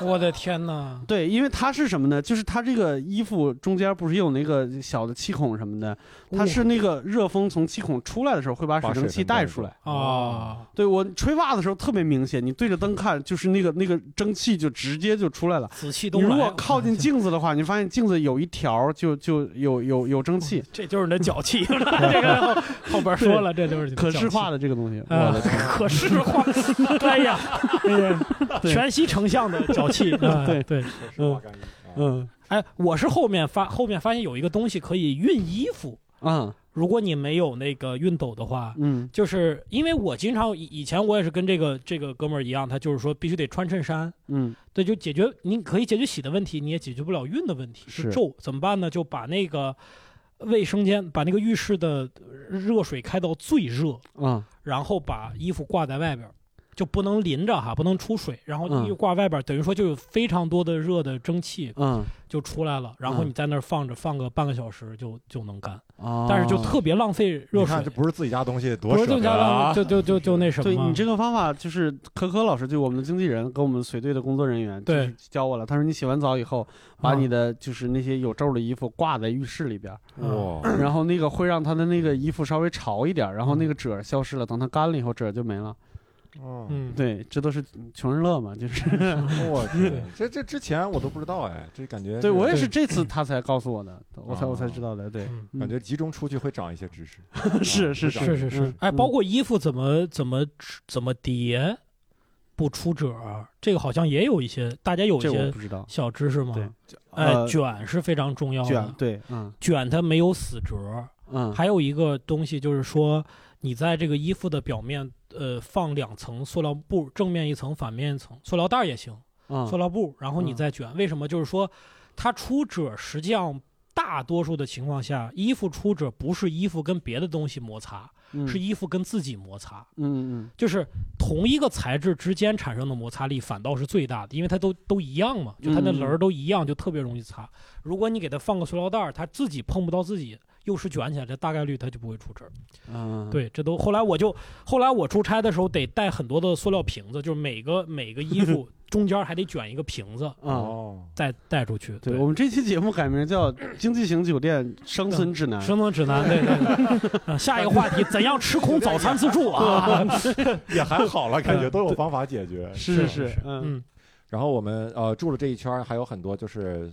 我的天哪！
对，因为它是什么呢？就是它这个衣服中间不是有那个小的气孔什么的，它是那个热风从气孔出来的时候会把水
把水
蒸气
分带
带
出
出来。
啊，
对我吹袜子的时候特别明显，你对着灯看，就是那个那个蒸汽就直接就出来了。
紫气
你
东
如
来
果靠近镜子的话，你发现镜子有一条就就有有有蒸汽。
这就是你的脚 气，这个后后边说了，这就是你的
可
脚
视
气
化的这个东西。
啊
我的天，
可视化， 哎呀， 哎呀，
对
全息成像的脚气，啊
对
对，
嗯嗯
哎，我是后面发后面发现有一个东西可以熨衣服，
啊
如果你没有那个熨斗的话，
嗯
就是因为我经常以以前我也是跟这个这个哥们儿一样，他就是说必须得穿衬衫，
嗯
对，就解决你可以解决洗的问题，你也解决不了熨的问题，
是
就皱怎么办呢？就把那个卫生间把那个浴室的热水开到最热，
啊
然后把衣服挂在外边儿，就不能淋着哈，不能出水，然后
嗯
衣服挂外边儿，等于说就有非常多的热的蒸汽
嗯
就出来了，然后
嗯
你在那儿放着，放个半个小时就就能干，
啊！
但是就特别浪费热
你
水
看这。不是自己家东西，多
不是
舍
这
得
么家
啊！
就就就就那什么，
对你这个方法，就是科科老师，就我们的经纪人跟我们随队的工作人员，
对啊
就是教我了。他说你洗完澡以后，把你的就是那些有皱的衣服挂在浴室里边，
啊
嗯
哇
然后那个会让他的那个衣服稍微潮一点，然后那个褶儿消失了，等它干了以后褶儿就没了。
嗯，
对，这都是穷人乐嘛，就是。
哦我天，这这之前我都不知道哎，这感觉
对我也是这次他才告诉我的，我才我才知道的。对，嗯
感觉集中出去会长一些知识，啊
是是
是是
嗯
是，哎，包括衣服怎么怎么怎么叠，不出褶儿，这个好像也有一些，大家有一
这我
些
不知道
小知识吗？
对
哎，
呃
卷是非常重要的，
卷对嗯
卷它没有死折，
嗯
还有一个东西就是说，你在这个衣服的表面，呃，放两层塑料布，正面一层，反面一层，塑料袋儿也行，
嗯
塑料布，然后你
嗯
再卷，为什么？就是说，它出褶实际上。大大多数的情况下，衣服出褶不是衣服跟别的东西摩擦，
嗯
是衣服跟自己摩擦。
嗯嗯，
就是同一个材质之间产生的摩擦力反倒是最大的，因为它都都一样嘛，就它那
嗯
棱儿都一样，就特别容易擦。如果你给它放个塑料袋儿，它自己碰不到自己，又是卷起来，这大概率它就不会出褶儿。
嗯，
对，这都后来我就后来我出差的时候得带很多的塑料瓶子，就是每个每个衣 服中间还得卷一个瓶子
哦，
再带出去。
对我们这期节目改名叫《经济型酒店生存指南》，
生存指南，对对 对啊下一个话题，怎样吃空早餐自助啊？
也还好了，感觉都有方法解决。
是是是是嗯。
然后我们呃住了这一圈儿，还有很多就是。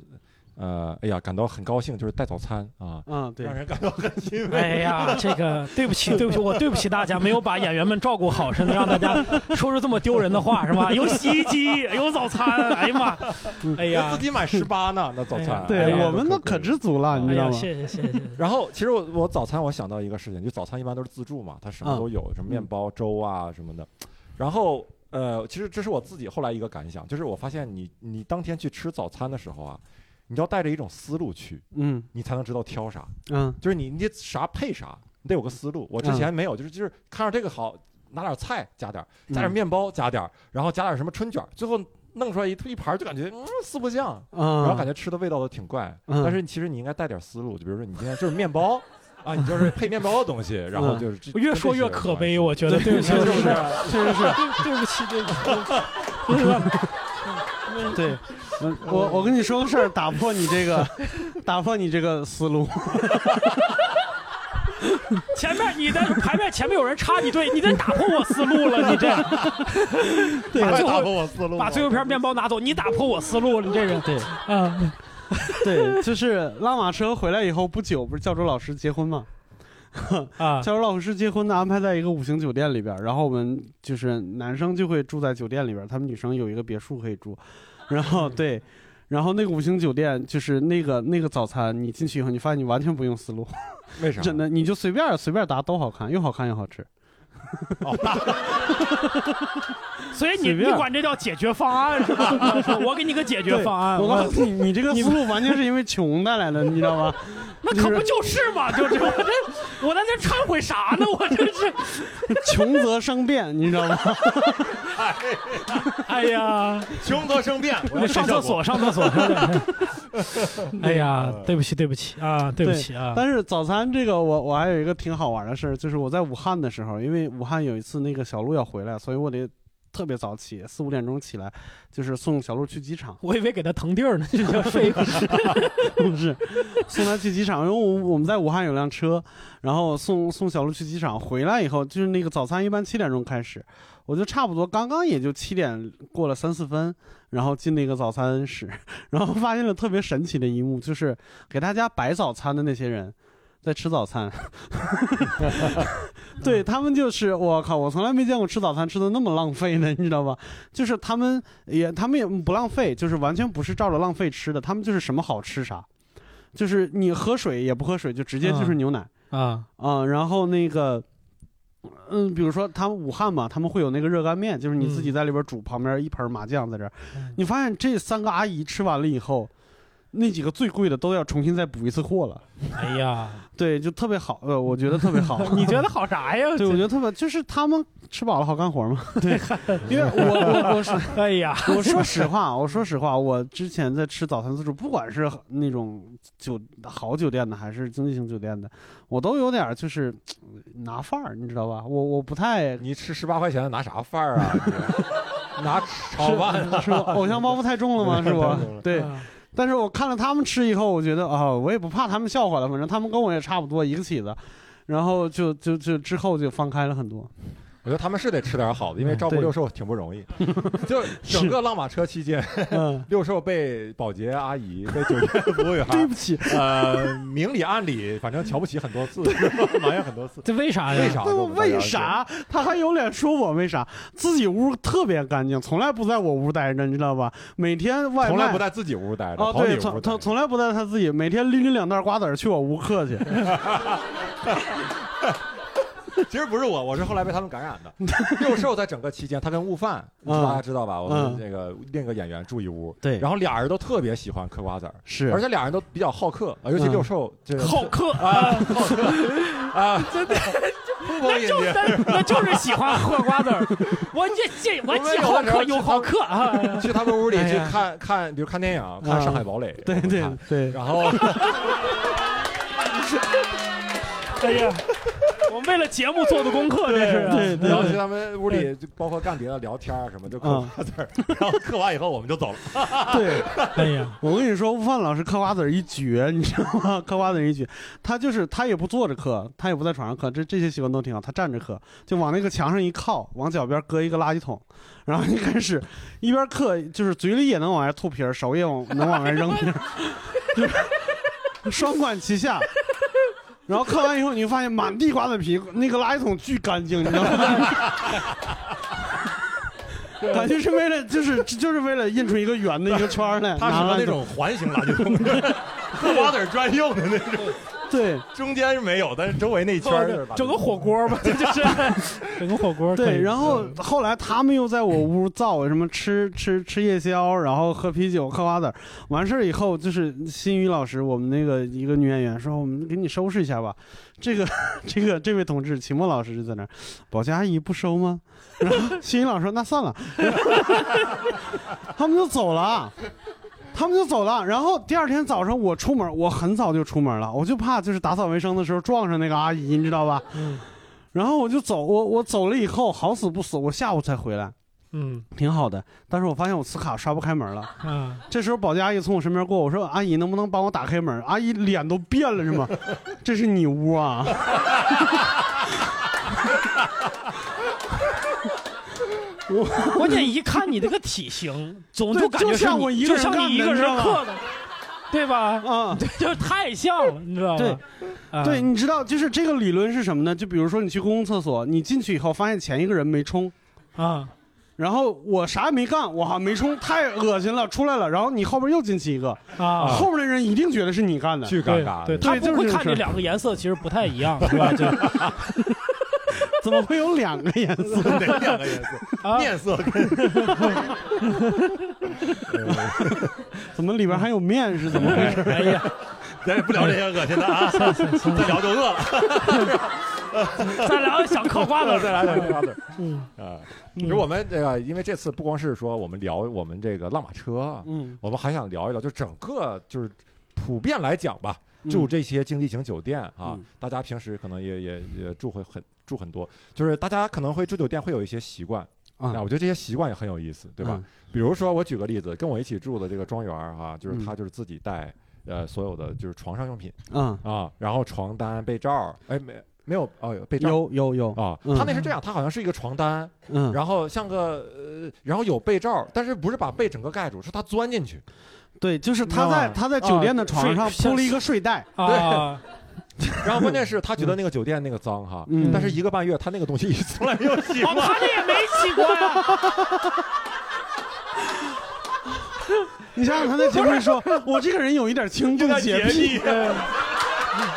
呃，哎呀，感到很高兴，就是带早餐啊，
嗯，对，
让人感到很欣慰。
哎 呀，这个对不起，对不起，我对不起大家，没有把演员们照顾好，甚至让大家说出这么丢人的话，是 吧？有洗衣机，有早餐，哎呀妈， 哎呀，
自己买十八呢，那早餐。哎
对
呀
我们那可知足了，你
哎
知道
呀，
吗？
谢谢谢谢谢谢，
然后，其实我我早餐我想到一个事情，就早餐一般都是自助嘛，它什么都有，什么面包、粥啊什么的。然后，呃，其实这是我自己后来一个感想，就是我发现你你当天去吃早餐的时候啊，你要带着一种思路去，
嗯，
你才能知道挑啥，
嗯，
就是你你得啥配啥，你得有个思路。我之前没有，就是就是看着这个好，拿点菜加点儿，加
嗯
点面包加点儿，然后加点什么春卷儿，最后弄出来一一盘儿就感觉嗯四不像，
嗯
然后感觉吃的味道都挺怪，
嗯
但是其实你应该带点思路，就比如说你今天就是面 包。啊，你就是配面包的东西，然
嗯
后就是嗯这
越说越可悲，我觉得，对不起，
是不
对不
是
起
是不是
对对不起，对不起，对不起。
对，嗯我我跟你说个事儿，打破你这 个，打破你这个思路。
前面你的牌面前面有人插你队，你这打破我思路了，你这，
对
把最后
打破我思路了
把最后一片面包拿走，你打破我思路了，你这人，
对，
嗯，
对，就是拉马车回来以后不久，不是教主老师结婚吗？
啊，
教主老师结婚呢，安排在一个五星酒店里边儿，然后我们就是男生就会住在酒店里边儿，他们女生有一个别墅可以住，然后对，然后那个五星酒店就是那个那个早餐，你进去以后，你发现你完全不用思路，
为啥
真的，你就随便随便答都好看，又好看又好吃。
所以你你
随便
管这叫解决方案是吧？ 我给你个解决方案，
对我告诉你，你这个思路完全是因为穷带来的，你知道吗？
那可不就是嘛？就是我这我在这忏悔啥呢？我这是，
穷则生变，你知道吗？
哎呀，
穷则生变，我要
上厕所上厕所。哎呀，对不起对不起啊，对不起啊。
但是早餐这个我我还有一个挺好玩的事儿，就是我在武汉的时候，因为武汉有一次那个小鹿要回来，所以我得特别早起，四五点钟起来，就是送小鹿去机场。
我以为给他腾地儿呢，就叫睡一会儿。
不是，送他去机场，因为我我们在武汉有辆车，然后送送小鹿去机场，回来以后就是那个早餐一般七点钟开始，我就差不多刚刚也就七点过了三四分，然后进那个早餐室， 然后发现了特别神奇的一幕，就是给大家摆早餐的那些人。在吃早餐， 对他们就是我靠，我从来没见过吃早餐吃的那么浪费的，你知道吧？就是他们也他们也不浪费，就是完全不是照着浪费吃的，他们就是什么好吃啥，就是你喝水也不喝水，就直接就是牛奶
啊
啊、然后那个。嗯，比如说他们武汉嘛，他们会有那个热干面，就是你自己在里边煮，旁边一盆麻酱在这儿。你发现这三个阿姨吃完了以后，那几个最贵的都要重新再补一次货了。
哎呀，。
对，就特别好，呃，我觉得特别 好
你觉得好啥 呀？
对，我觉得特别，就是他们吃饱了好干活 嘛。对，因为我 我我是，
哎呀，
我说实话，我说实话，我之前在吃早餐自助，不管是那种酒好酒店的，还是经济型酒店的，我都有点儿就是嗯拿范儿，你知道吧？我我不太，
你吃十八块钱的拿啥范儿啊？拿炒
是
饭啊
是我偶像包袱太重了吗？是
太重
不？
了
对。但是我看了他们吃以后，我觉得啊、我也不怕他们笑话了，反正他们跟我也差不多一个起子，然后就就就之后就放开了很多。
我觉得他们是得吃点好的，因为照顾
对
六兽挺不容 易。就整个浪马车期间
嗯，
六兽被保洁阿姨、被酒店服务员
对不起，
呃，明里暗里，反正瞧不起很多次， 埋怨很多次。
这为啥
为啥？
那我啊为？啥他还有脸说我为啥？自己屋特别干净，从来不在我屋待着，你知道吧？每天外卖
从来不在自己屋待着，
哦，
跑你
对，
屋
从
待着
从从来不带他自己，每天拎拎两袋瓜子儿去我屋客去。
其实不是我，我是后来被他们感染的。 六兽在整个期间，他跟悟饭，
嗯
大家知道吧？我们
嗯
这个另一个演员住一屋，
对
然后俩人都特别喜欢嗑瓜子儿，
是
而且俩人都比较好客，啊尤其
嗯
六兽这个
好
客
啊，好客啊，真的。
那就那那就是喜欢嗑瓜子儿，我这这我既好客又好客啊！
去他们屋里
哎
去
呀
看看，比如看电影，看《上海堡垒》，
对嗯对对，
然后
哎呀，我为了节目做的功课，这是
对然后去他们屋里，就包括干别的聊天啊什么，就
嗯
嗑瓜子儿， 然后嗑完以后我们就走了。
对，
哎 呀，
我跟你说，悟饭老师嗑瓜子儿一绝，你知道吗？嗑瓜子儿一绝，他就是他也不坐着嗑，他也不在床上嗑，这这些习惯都挺好。他站着嗑，就往那个墙上一靠，往脚边搁一个垃圾桶，然后就开始一边嗑，就是嘴里也能往外吐皮儿，手也往能往外扔皮儿， 就是双管齐下。然后嗑完以后，你就发现满地瓜子皮，那个垃圾桶巨干净，你知道吗？ 感觉是为了，就是就是为了印出一个圆的一个圈儿来。
他
拿
是
完
那
就
种环形垃圾 桶，嗑瓜子儿专用的那种。
对，
中间是没有，但是周围那一圈儿就是把
哦整个火锅吧，这就是 整个火锅。
对，然后后来他们又在我屋造什么吃吃吃夜宵，然后喝啤酒、嗑瓜子儿。完事儿以后，就是新宇老师，我们那个一个女演员说，我们给你收拾一下吧。这个 这个这位同志，秦墨老师就在那儿，保洁阿姨不收吗？ 然后新宇老师说，那算了， 他们就走了。他们就走了，然后第二天早上我出门，我很早就出门了，我就怕就是打扫卫生的时候撞上那个阿姨，你知道吧？
嗯
然后我就走，我我走了以后，好死不死，我下午才回来，
嗯
挺好的。但是我发现我磁卡刷不开门了。
啊，
这时候保洁阿姨从我身边过，我说：“阿姨，能不能帮我打开门？”阿姨脸都变了，是吗？ 这是你屋啊？
关键一看你这个体型，总
对
就感觉
就是像
你
我一个
就
人
像
干
你一
的
个
你知
人
道吧
刻的，对吧？
嗯，
对，就是太像了，你知道吗？
对，
啊
对，你知道就是这个理论是什么呢？就比如说你去公共厕所，你进去以后发现前一个人没冲，
啊，
然后我啥也没干，我哈没冲，太恶心了，出来了，然后你后边又进去一个，
啊
后边的人一定觉得是你干的，
对对，他
对，
不
就是
会
这
看
事
这
儿
两个颜色其实不太 一样，是吧？就
怎么会有两个颜色？
哪两个颜色？面色跟。
怎么里边还有面是怎么回事？
哎呀，咱也不聊这些恶心的啊，再聊就饿了。
再聊想嗑瓜子儿
再来想嗑瓜子儿。
嗯
啊，其实我们这个，因为这次不光是说我们聊我们这个拉马车，啊
嗯，
我们还想聊一聊，就整个就是普遍来讲吧，
嗯
住这些经济型酒店啊，大家平时可能也也也住会很住很多，就是大家可能会住酒店会有一些习惯。
啊
我觉得这些习惯也很有意思，对吧？
嗯
比如说，我举个例子，跟我一起住的这个庄园儿哈、就是
嗯
他就是自己带呃所有的就是床上用品，
嗯
啊，然后床单、被罩儿，哎没没有哦有被罩儿，
有有有
啊，
嗯
他那是这样，他好像是一个床单，
嗯
然后像个呃，然后有被罩儿，但是不是把被整个盖住，是他钻进去，
对，就是
你知道
他在
吗
他在酒店的床上
啊睡像
铺了一个 睡袋
啊。然后关键是他觉得那个酒店那个脏哈，
嗯
但是一个半月他那个东西从来没有洗
哦，
过，
他这也没洗过呀。
你想想，他在节目里说：“我这个人有一点轻度洁癖啊
有点洁。癖 嗯”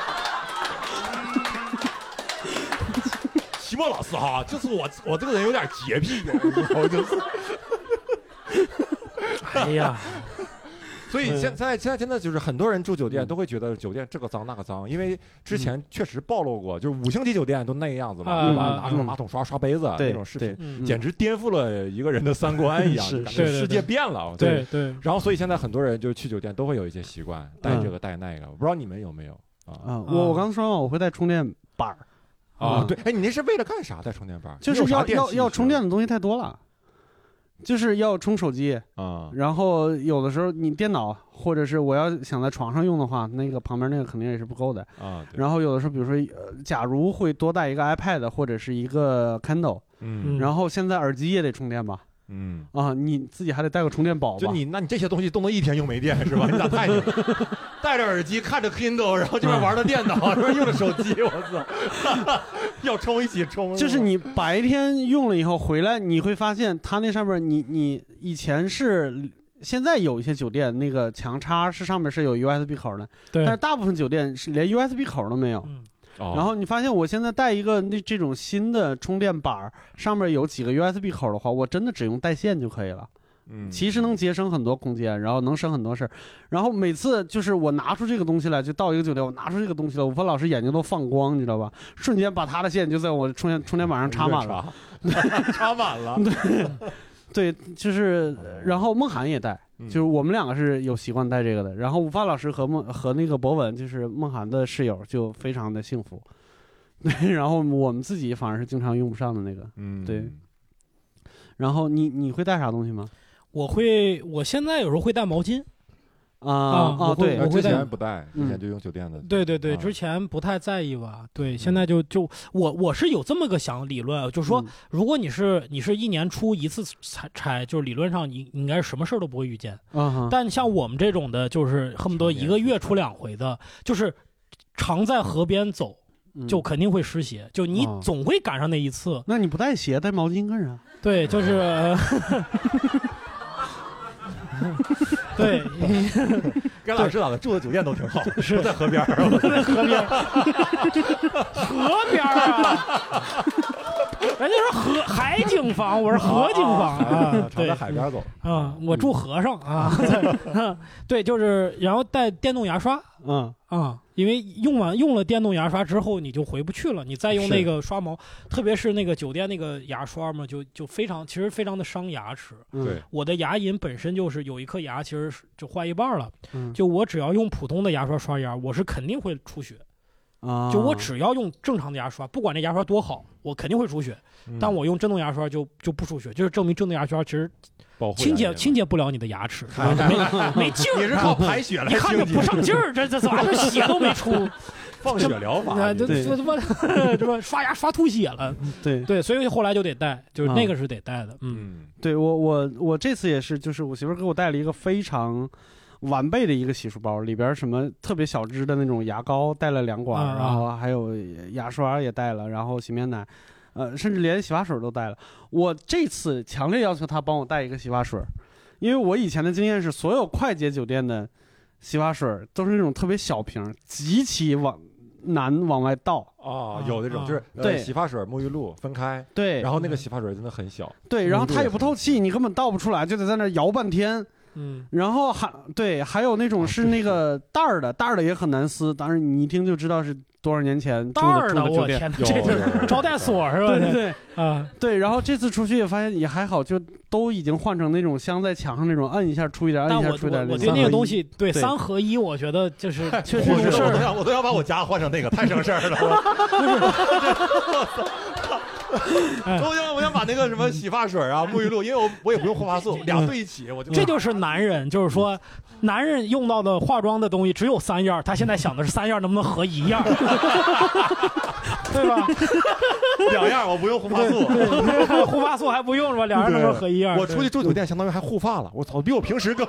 齐墨老 师哈，就是我，我这个人有点洁癖，我就是。
哎呀，
所
嗯
以现在现在真的就是很多人住酒店都会觉得酒店这个脏那个脏，因为之
嗯
前确实暴露过，就是五星级酒店都那个样子嘛，
嗯
对吧？
嗯
拿什么马桶刷刷杯子
对
那种视
对
频，
嗯
简直颠覆了一个人的三观 一样，
是
就感觉
是
世界
对对
变了。
对
我觉得
对。
然后所以现在很多人就去酒店都会有一些习惯，带
嗯
这个带那个，我不知道你们有没有啊？
啊，我我刚才说完，我会带充电板儿
啊，对，，哎，你那是为了干啥带充电板？
嗯就
你
是
有啥
要
电
要
器
要充电的啊东西太多了，就是要充手机
啊，
然后有的时候你电脑或者是我要想在床上用的话，那个旁边那个肯定也是不够的
啊。
然后有的时候，比如说，呃假如会多带一个 iPad 或者是一个 Kindle，
嗯
然后现在耳机也得充电吧，
嗯
啊，你自己还得带个充电宝吧，
就你，那你这些东西都能一天用没电是吧？你咋 太牛了？戴着耳机看着 Kindle，然后这边玩着电脑，这边用着手机，我操！ 要充一起充，
就是你白天用了以后回来，你会发现它那上面你你以前是。现在有一些酒店那个墙插是上面是有 USB 口的，
对
但是大部分酒店是连 USB 口都没有。
哦
然后你发现我现在带一个那这种新的充电板儿，上面有几个 USB 口的话，我真的只用带线就可以了。
嗯
其实能节省很多空间，然后能省很多事儿。然后每次就是我拿出这个东西来，就到一个酒店，我拿出这个东西来，吴峰老师眼睛都放光，你知道吧？瞬间把他的线就在我充电充电板上插满了。
插满了。
对，就是，然后梦涵也带，就是我们两个是有习惯带这个的。然后午饭老师和梦和那个博文，就是梦涵的室友，就非常的幸福。对，然后我们自己反而是经常用不上的那个。
嗯，
对。然后你你会带啥东西吗？
我会，我现在有时候会带毛巾。
啊
啊我会我
之
会带
前不带，之前就用酒店的。
对对对，
啊
之前不太在意吧？对，现在就就我我是有这么个想理论啊，就是
嗯
说，如果你是你是一年出一次拆拆，就是理论上你你应该是什么事儿都不会遇见。
啊
但像我们这种的，就是恨不得一个月出两回的，就是常在河边走，
嗯
就肯定会湿鞋，就你
哦
总会赶上那一次。
那你不带鞋，带毛巾干啥？
对，就是。 呃对，
跟老师咋的？住的酒店都 挺好，
是
在河边儿，
在河边儿，河边儿啊，人家说河海景房，我是河景房
啊
啊，
常
对
在，海边走。
啊，我住河上啊，对 对，就是然后带电动牙刷
嗯
啊，因为用完用了电动牙刷之后，你就回不去了，你再用那
是
个刷毛，特别是那个酒店那个牙刷嘛，就就非常其实非常的伤牙齿。
嗯对
我的牙龈本身就是有一颗牙，其实是就坏一半了。
嗯
就我只要用普通的牙刷刷牙，我是肯定会出血。
啊，
就我只要用正常的牙刷，不管这牙刷多好，我肯定会出血。
嗯
嗯
但我用震动牙刷就就不出血，就是证明震动牙刷其实
保护
清
牙
洁
龈
清洁不了你的牙齿，
哎
没没劲儿。啊
你是靠排血来
你看着
清洁
不 上劲儿，这这咋这血都没出？
放血疗 法
啊，
你
这
这
这他妈这不刷牙刷吐血了。
对
对，所以后来就得带，就是
啊
那个是得带的。嗯，
对我我我这次也是，就是我媳妇儿给我带了一个非常完备的一个洗漱包，里边儿什么特别小支的那种牙膏带了两管儿，
啊
然后还有牙刷也带了，然后洗面奶，呃，甚至连洗发水都带了。我这次强烈要求她帮我带一个洗发水儿，因为我以前的经验是，所有快捷酒店的洗发水儿都是那种特别小瓶儿，极其往难往外倒。
哦，有那种
啊
就是呃
对
洗发水、沐浴露分开，
对
然后那个洗发水真的很小，
对，然后它也
不
不透气，你根本倒不出来，就得在那儿摇半天。
嗯，
然后还对，还有那
啊
种是那个袋儿的，袋儿的也很难撕。当然你一听就知道是多少年前住
袋儿
住
的，
的酒
我
店
天，哪，这是招待所是吧？
对对对
啊，
对。然后这次出去也发现也还好，就都已经换成那种镶在墙上那种，摁一下出一点，
但
摁一下
我
出一点。
我我
种
对那
三
个
合一
东西，对
对
三合一，我觉得 就是确
我都我都想我都想把我家换成那个，太省事儿了。我我想我想把那个什么洗发水啊、沐浴露，因为我我也不用护发素，俩对一起，我就
这就是男人，就是
嗯
说，男人用到的化妆的东西只有三样儿，他现在想的是三样儿能不能合一 样儿，对吧？
两样，我不用护发 素，
对护发素还不用是吧？两样儿能不能合一样儿？
我出去住酒店，相当于还护发了。我操，比我平时更。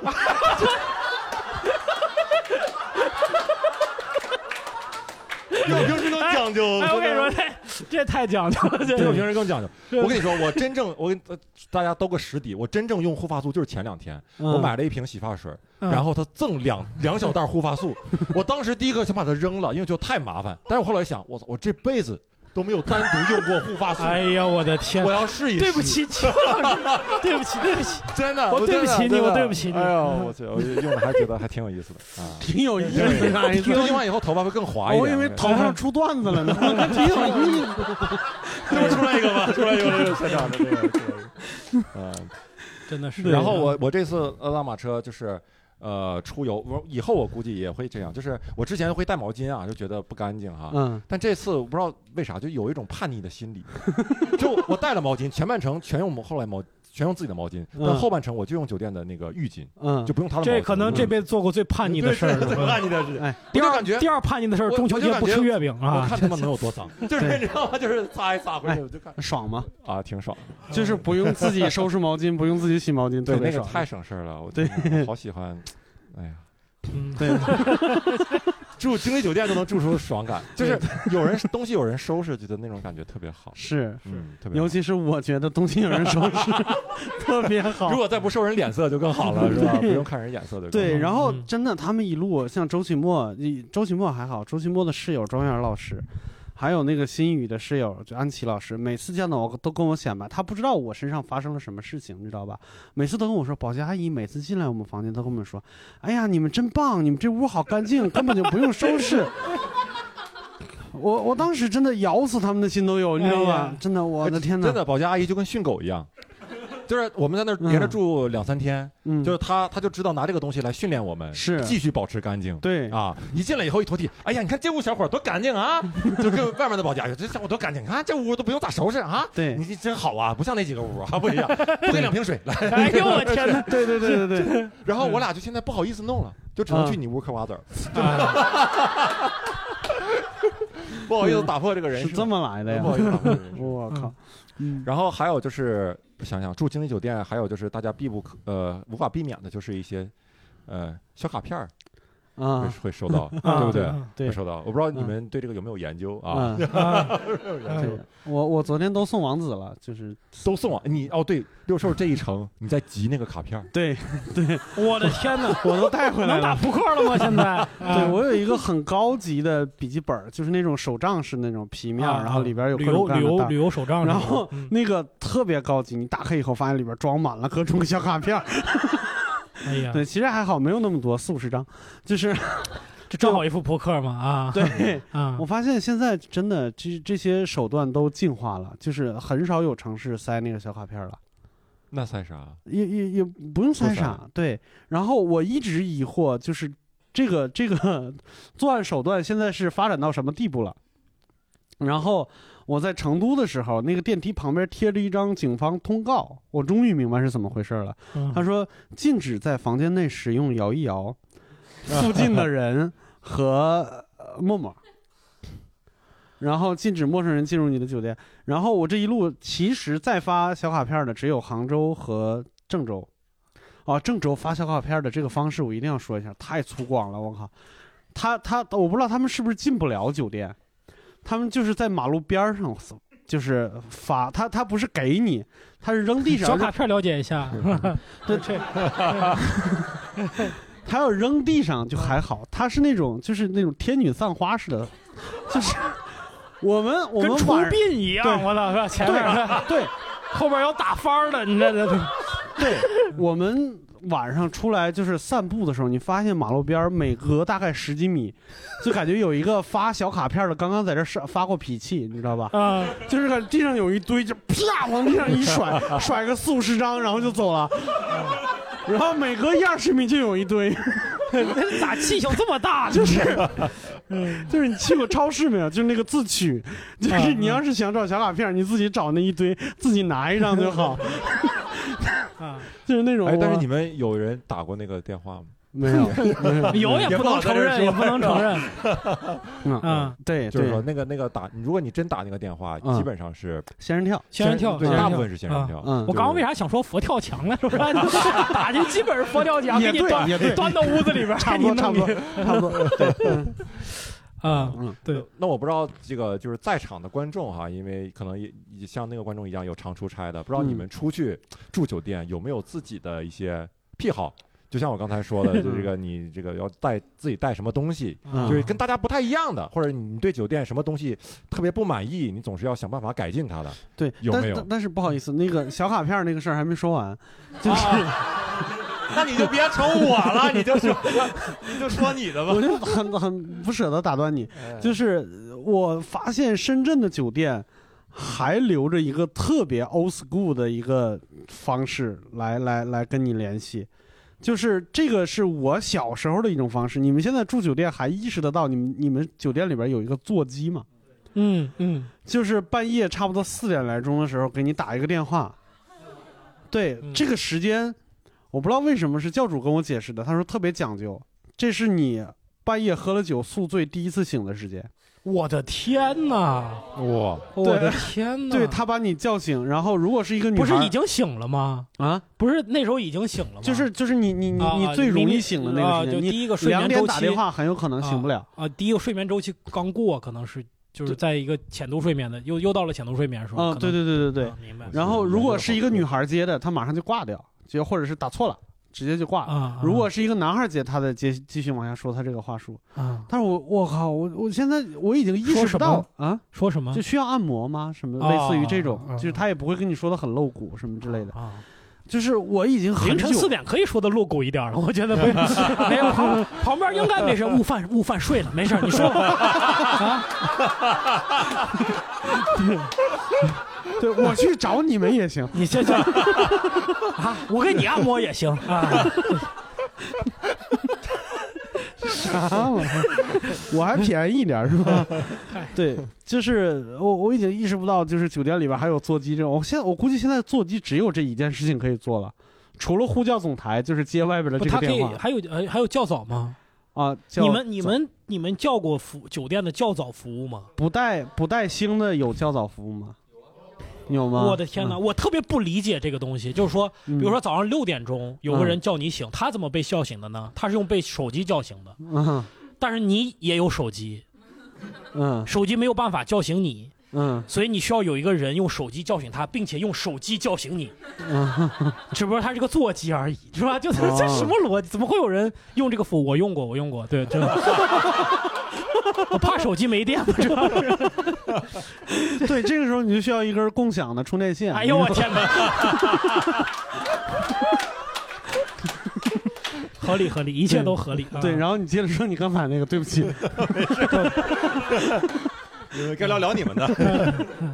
比我平时更讲究。
哎，哎我跟你说，
真的
这这太讲究了，这
比我平时更讲究。我跟你说，我真正我跟呃大家兜个实底，我真正用护发素就是前两天，
嗯
我买了一瓶洗发水，
嗯
然后他赠两两小袋护发 素，我当时第一个想把它扔了，因为觉得太麻烦。但是我后来想，我操，我这辈子都没有单独用过护发素。
哎呀，我的天！
我要试一试。
对不起，齐老师，对不起，对 不起，
真的，
我对不起
真的
你，我对不起你。
哎呦，我去，我用的还觉得还挺有意思的 啊，
挺有意
思的哦
挺有意思用完以后头发会更滑一点。
我以为头发上出段子了 呢，挺有意思。
又出来一个吧，出来一个，又现场的这个。
嗯，
真的是。
然后我我这次呃拉马车就是。呃，出游我以后我估计也会这样，就是我之前会带毛巾啊，就觉得不干净哈。
嗯。
但这次我不知道为啥，就有一种叛逆的心理， 就我带了毛巾，前半程全用后来毛全用自己的毛巾，但
嗯
后半程我就用酒店的那个浴巾，
嗯，
就不用他的毛巾。嗯
这可能这辈子做过最叛逆的事儿
对对对
了。
叛逆的
事哎
第
我
二
就感觉
第二叛逆的事儿，
我
中秋
我就
节
感
不
觉
吃月饼啊！
我看他们能有多 脏，就是你知道吗？就是擦一擦回去我就看
爽吗？
哎
啊，挺爽，
就是不用自己收拾毛巾，不用自己洗毛巾，
对
特别
那个
爽。
太省事儿了，我
对嗯
真的我好喜欢，哎呀，
对，
住经济酒店都能住出爽感，就是有人东西有人收拾，觉得那种感觉特别好。
是，
嗯，特别好
尤其是我觉得东西有人收 拾，特别好。
如果嗯再不收人脸色就更好了，是吧？
对
不用看人眼色的。
对，然后真的，他们一路像周奇墨，一周奇墨还好，周奇墨的室友庄园老师，还有那个新宇的室友就安琪老师，每次见到我都跟我显摆，他不知道我身上发生了什么事情，你知道吧？每次都跟我说，保洁阿姨每次进来我们房间都跟我们说，哎呀，你们真棒，你们这屋好干净，根本就不用收拾。我我当时真的咬死他们的心都有，你知道
哎
吧？
呀
真的，我的嗯天哪！
真的，保洁阿姨就跟训狗一样，就是我们在那儿连着住两三天，
嗯
就是她她就知道拿这个东西来训练我们，
是
继续保持干净。
对
啊，一进来以后一拖地，哎呀，你看这屋小伙儿多干净啊！ 就跟外面的保洁阿姨，这小伙多干净，你看这屋都不用咋收拾啊！
对，
你真好啊，不像那几个屋啊，不一 样，多给两瓶水 来。
哎呦我天 哪对对对对对
然后我俩就现在不好意思弄了，就只能
啊
去你屋嗑瓜子儿。不好意思打嗯破这个人设，
是这么来的呀
不好意思打破这个人设。
我靠！
然后还有就是，想想住经济酒店，还有就是大家必不可呃无法避免的，就是一些呃小卡片儿
啊
会会收到，
啊
对不对？
对
会收到。我不知道你们对这个有没有研究啊？
嗯
有
哎
没有研
嗯对
究？
我我昨天都送王子了，就是
都送啊！你哦对，六兽这一程你在集那个卡片儿，
对对，
我的天哪
我都带回来了。
能打扑克了吗现在 哎
对我有一个很高级的笔记本儿，就是那种手账式那种皮面儿，
啊
然后里边有各
旅
种
游
各样的
旅游
袋儿
旅游手账是吧
然后
嗯
那个特别高级，你打开以后发现里边装满了各种小卡片儿。
哎呀，
对，其实还好，没有那么多，四五十张，就是。
这正好一副扑克嘛啊！
对，
啊，
我发现现在真的这这些手段都进化了，就是很少有城市塞那个小卡片了，
那塞啥？
也也也啊不用塞
不塞
啥。对，然后我一直疑惑，就是这个这个 作案手段现在是发展到什么地步了？然后我在成都的时候，那个电梯旁边贴着一张警方通告，我终于明白是怎么回事了
嗯。
他说禁止在房间内使用摇一摇，附近的人和呃陌陌。然后禁止陌生人进入你的酒店。然后我这一路其实再发小卡片的只有杭州和郑州，啊，郑州发小卡片的这个方式我一定要说一下，太粗犷了，我靠！他他我不知道他们是不是进不了酒店，他们就是在马路边儿上，就是发他他不是给你，他是 扔地上
小卡片了解一下，
对
这，
他要扔地上就还好，他是那种就是那种天女散花似的， 就是我们我们
跟除
晚
殡一样，
对
我操，是吧？前面儿
对，
后边有打翻儿的，你这这
对，我们晚上出来就是散步的时候，你发现马路边儿每隔大概十几米，就感觉有一个发小卡片的刚刚在这上发过脾气，你知道吧？
啊，
就是看地上有一堆，就啪往地上一甩，甩个四五十张，然后就走了。然后每隔一二十米就有一堆，
咋气性这么大？
就是，就是你去过超市没有？就是那个自 取，就是你要是想找小卡片，你自己找那一堆，自己拿一张就好。就是那种
哎，但是
我
你们有人打过那个电话吗？
没 有
有也不能承认，也不能承认。
嗯
嗯
对
就是
对
说那个那个打，如果你真打那个电话，
嗯
基本上是
仙人跳，
仙人跳，
对，
仙人
大
跳
部分是仙人跳
啊。
嗯，
我刚刚为啥想说佛跳墙呢？是 不是？打进基本是佛跳墙，
也
给你
对
端
也对
端到屋子里边儿，
差不
给你
多
弄
差不多差不多对
啊，对。
那我不知道这个就是在场的观众哈，因为可能也也像那个观众一样有常出差的，不知道
嗯
你们出去住酒店有没有自己的一些癖好？就像我刚才说 的，就这个你这个要带自己带什么东西，
嗯
就是跟大家不太一样的，或者你对酒店什么东西特别不满意，你总是要想办法改进它的。
对，
有
但
没有
但但是不好意思，那个小卡片儿那个事儿还没说完，就是、
那你就别瞅我了，你就说，你就说你的 吧。
我就很很不舍得打断你，就是呃我发现深圳的酒店还留着一个特别 old school 的一个方式来来来跟你联系。就是这个是我小时候的一种方式。你们现在住酒店还意识得到你们你们酒店里边有一个座机吗？
嗯嗯，
就是半夜差不多四点来钟的时候给你打一个电话。对，
嗯
这个时间我不知道为什么是教主跟我解释的，他说特别讲究，这是你半夜喝了酒宿醉第一次醒的时间。
我的天哪！
哇，
我的天哪
对他把你叫醒，然后如果是一个女孩，
不是已经醒了吗？
啊，
不是那时候已经醒了吗？
就是就是你你你
啊
你最容易醒的那个时
啊就
间，你
第一个睡眠
两点
周
打
期
电话很有可能醒不了。
啊。第一个睡眠周期刚过，可能是就是在一个浅度睡眠的，又又到了浅度睡眠是吧？
嗯，
可能啊
对对对对对。啊
明白。
然后如果是一个女孩接的，她马上就挂掉，就或者是打错了，直接就挂
啊
了。如果是一个男孩接，他再接继续往下说他这个话术。
啊，
但是我我靠，我我现在我已经意识不到啊，
说什么
就需要按摩吗？什么类似于这种
哦，哦
就是他也不会跟你说的很露骨什么之类的。就是我已经很
啊凌晨
久
四点可以说的露骨一点了，我觉 得没没有旁旁边应该没事，悟饭悟饭睡了，没事，你说吧。
对，我去找你们也行，
你这这 啊，我给你按摩也行啊。
啥玩意儿？我还便宜一点儿是 吧？对，就是我我已经意识不到，就是酒店里边还有座机这种。我现在我估计现在座机只有这一件事情可以做了，除了呼叫总台，就是接外边的
不，
这
他
个
可以
电话
还有呃还有叫早吗？
啊。叫
你们你们你们叫过服酒店的叫早服务吗？
不带不带星的有较早服务吗？有吗？
我的天哪，
嗯
我特别不理解这个东西，就是说，比
嗯
如说早上六点钟有个
嗯
人叫你醒，他怎么被叫醒的呢？他是用被手机叫醒的，
嗯
但是你也有手机，
嗯
手机没有办法叫醒你，
嗯
所以你需要有一个人用手机叫醒他，并且用手机叫醒 你，
嗯，
只不过他是个座机而已，是吧？就是 这
哦
什么逻辑？怎么会有人用这个服务？我用过，我用过，对，真的。 我怕手机没电，不知道是。
对，这个时候你就需要一根共享的充电线。
哎呦我 天哪！合理合理，一切都合理。啊
对，然后你接着说你刚才那个，对 不起。
该聊聊 你们的，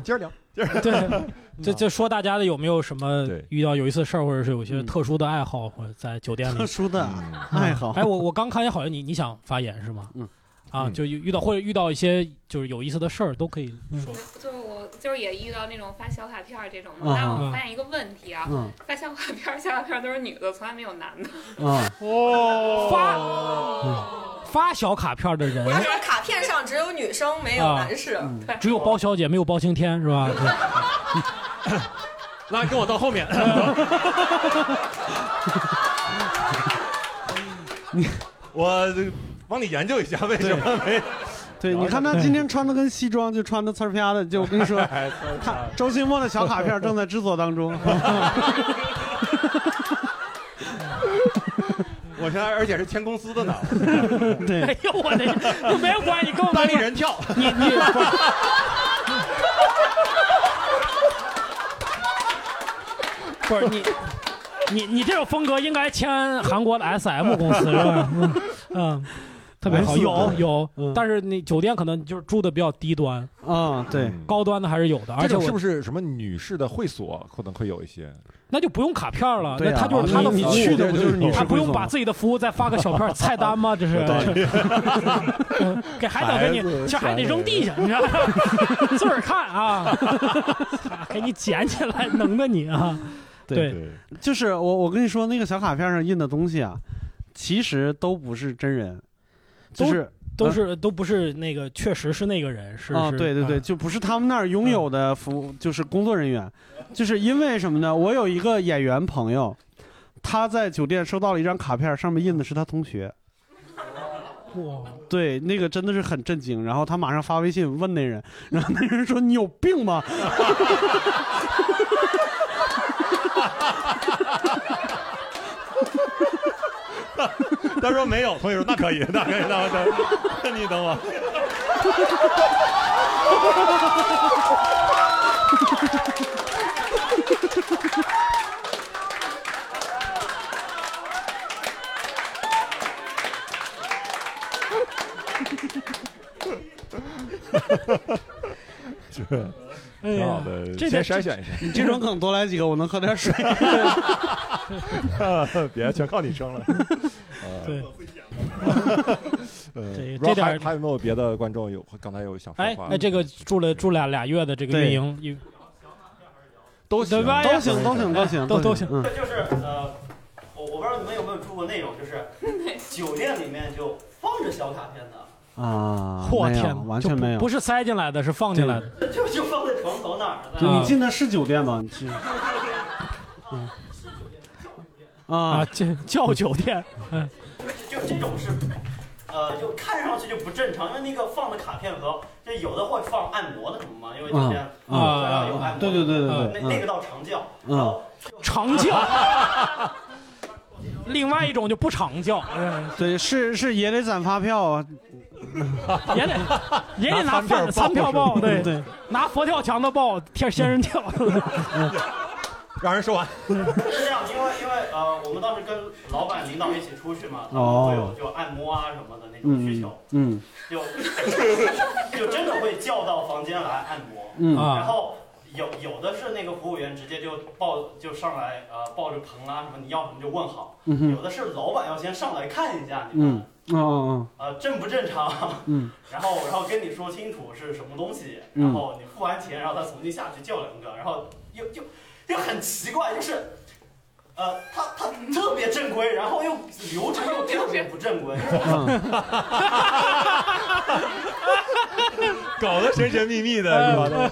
接着聊，接着 聊
对，这这说大家的有没有什么遇到有一次事儿，或者是有一些特殊的爱好，或者在酒店里
特殊的
嗯
爱好
哎，我我刚看见好像你你想发言是吗？
嗯，
啊，
嗯
就遇到或者遇到一些就是有意思的事儿都可以说。
就是我就是也遇到那种发小卡片儿这种
啊
嘛，但我发现一个问题啊
嗯，
发小卡片儿、小卡片儿都是女的，从来没有男的。
啊，
发发小卡片的人
为什么卡片上只有女生没有
啊
男士？对
只有包小姐，没有包青天是吧？对
那跟我到后面。
你
我帮你研究一下为什么没。
对，你看他今天穿的跟西装，就穿的呲儿啪的，就我 跟你说
哎，
他周新墨的小卡片正在制作当中。
我现在而且是签公司的呢。
嗯
对
哎呦 我的，你没有关系，跟我
单立人跳，
你你。不是你，你你这种风格应该签韩国的 S M 公司是吧？嗯嗯，特别好，
S
有
对
嗯
有，但是你酒店可能就是住的比较低端
啊，对，
嗯
高端的还是有的，而
这种是
且我
不是什么女士的会所可能会有一些？
那就不用卡片了，
对
那
啊
他就是他的服
你
务，
你去的不就是女士
他不
会所
用
吗
把自己的服务再发个小片儿菜单吗？这是
有道理
嗯 给孩子给
孩子
你，这还得扔地下，你知道吗？自个儿看啊，给你捡起来，能的你啊，对，
就是我我跟你说，那个小卡片上印的东西啊，其实都不是真人，就
都
是
都是都不是那个，确实是那个人，是
啊，
是哎
对对对，就不是他们那儿拥有的服务，就是工作人员，就是因为什么呢？我有一个演员朋友，他在酒店收到了一张卡片，上面印的是他同学。
哇，
对，那个真的是很震惊。然后他马上发微信问那人，然后那人说：“你有病吗？”
他说没有，同学说那可以，那可以，那我等，你等我。
哎呀
挺好的
这
先
这
筛选一下
你这种梗多来几个，我能喝点 水。
别，全靠你撑了。
对
呃
这
不知道
这点
还还有没有别的观众有刚才有想说
哎
话的？
哎，这个住了住俩俩月的这个运营有
都
对吧
都行都行都行
哎都
都
行
行，嗯
就是呃，我我不知道你们有没有住过那种，就是酒店里面就放着小卡片的，
啊，
我
没有
天，
完
就
全
不
没有，
不是塞进来的，是放进来的。啊
就就放在床头那儿了。
对你进的是酒店吗？你进啊，
叫叫酒 店，嗯，
就这种是，呃，就看上去就不正常，因为那个放的卡片和就有的会放按摩的什么嘛，因为酒店
啊啊
有按摩的，
对对对对对
那那个
嗯
到长教，
嗯，
长叫， 另外一种就不常叫，嗯
对，是是也得攒发票啊，
也得 也得拿饭
餐
餐票报，对
对，嗯
拿佛跳墙的报，贴仙人跳，
让人说完。
是这样，因为因为呃，我们当时跟老板领导一起出去嘛，他们会有
哦
就按摩啊什么的那种需
嗯
求，
嗯
就 就真的会叫到房间来按摩，
嗯啊
然后。有有的是那个服务员直接就抱就上来呃抱着盆啊什么你要什么就问好，
嗯哼
有的是老板要先上来看一下你
嗯哦哦
呃正不正常，
嗯
然后然后跟你说清楚是什么东西，
嗯
然后你付完钱，然后他重新下去叫两个，然后又又又很奇怪，就是。呃，他他特别正规，然后又流程又特别不正规，
嗯
搞得神神秘秘的，是吧？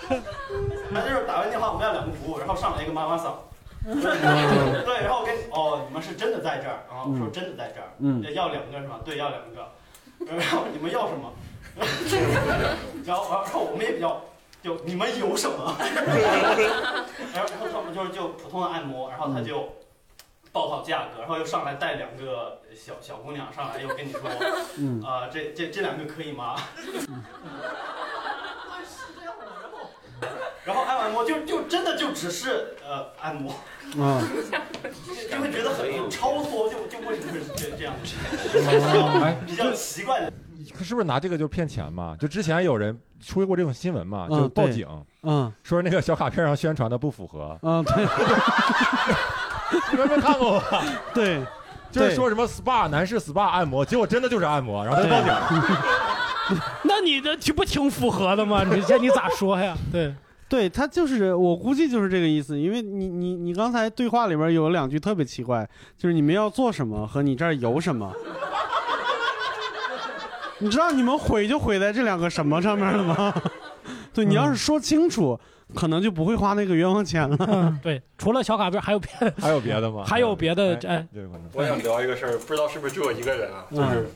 他就是打完电话，我们要两个服务，然后上来一个妈妈桑，
嗯
对，然后我跟哦，你们是真的在这儿啊？我说
嗯
真的在这儿，
嗯
要两个是吗？对，要两个。然后你们要什么？ 然后然后我们也比较，就你们有什么？ 然后然后他们就是就普通的按摩，然后他就报好价格，然后又上来带两个小小姑娘上来，又跟你说，
嗯
啊、这这这两个可以吗？ 然后按完摩就就真的就只是呃按摩，
啊
就会觉得很超脱，就就为什么会这这样子？
哎
比较奇怪的。
可是不是拿这个就骗钱嘛？就之前有人出过这种新闻嘛，
嗯
就报
对
警，
嗯，
说那个小卡片上宣传的不符 合，
啊对，
你们没看过吧？
对，
就是
对
说什么 SPA 男士 SPA 按摩，结果真的就是按摩，然后他就报警了。
那你这挺不挺符合的吗？你这你咋说呀？对，
对他就是，我估计就是这个意思，因为你你你刚才对话里边有两句特别奇怪，就是你们要做什么和你这儿有 什么，你知道你们毁就毁在这两个什么上面 了吗？对你
嗯
要是说清楚，可能就不会花那个冤枉钱了。
对，除了小卡片还有别的，
还有别的吗
还有别的，哎，
我想聊一个事儿，不知道是不是只有我一个人啊，
嗯
就是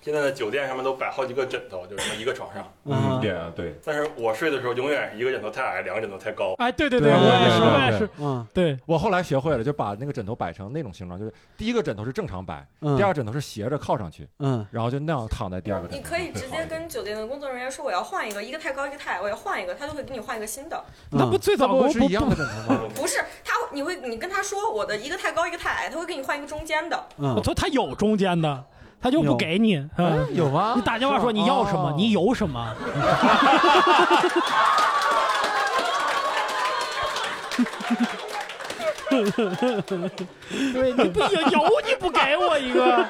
现在的酒店上面都摆好几个枕头，就是一个床上。
嗯，对啊，对，
但是我睡的时候永远是一个枕头太矮，两个枕头太高。
哎，对
对
对我也是
对
我也是
嗯，
对
我后来学会了，就把那个枕头摆成那种形状，就是第一个枕头是正常摆，
嗯
第二个枕头是斜着靠上去，
嗯，
然后就那样躺在第二个
你
枕头
可
上。
以直接跟酒店的工作人员说我要换一个，一个太高一个太矮，我要换一个，他就会给你换一个新的。
那不最早不是一样的枕头吗？
不是他，你会你跟他说我的一个太高一个太矮，他会给你换一个中间的。
我说他有中间的，他就
有
不给你，嗯
有吗
你打电话
是吗
说你要什么
哦，
你有什么？对你不有有你不给我一个，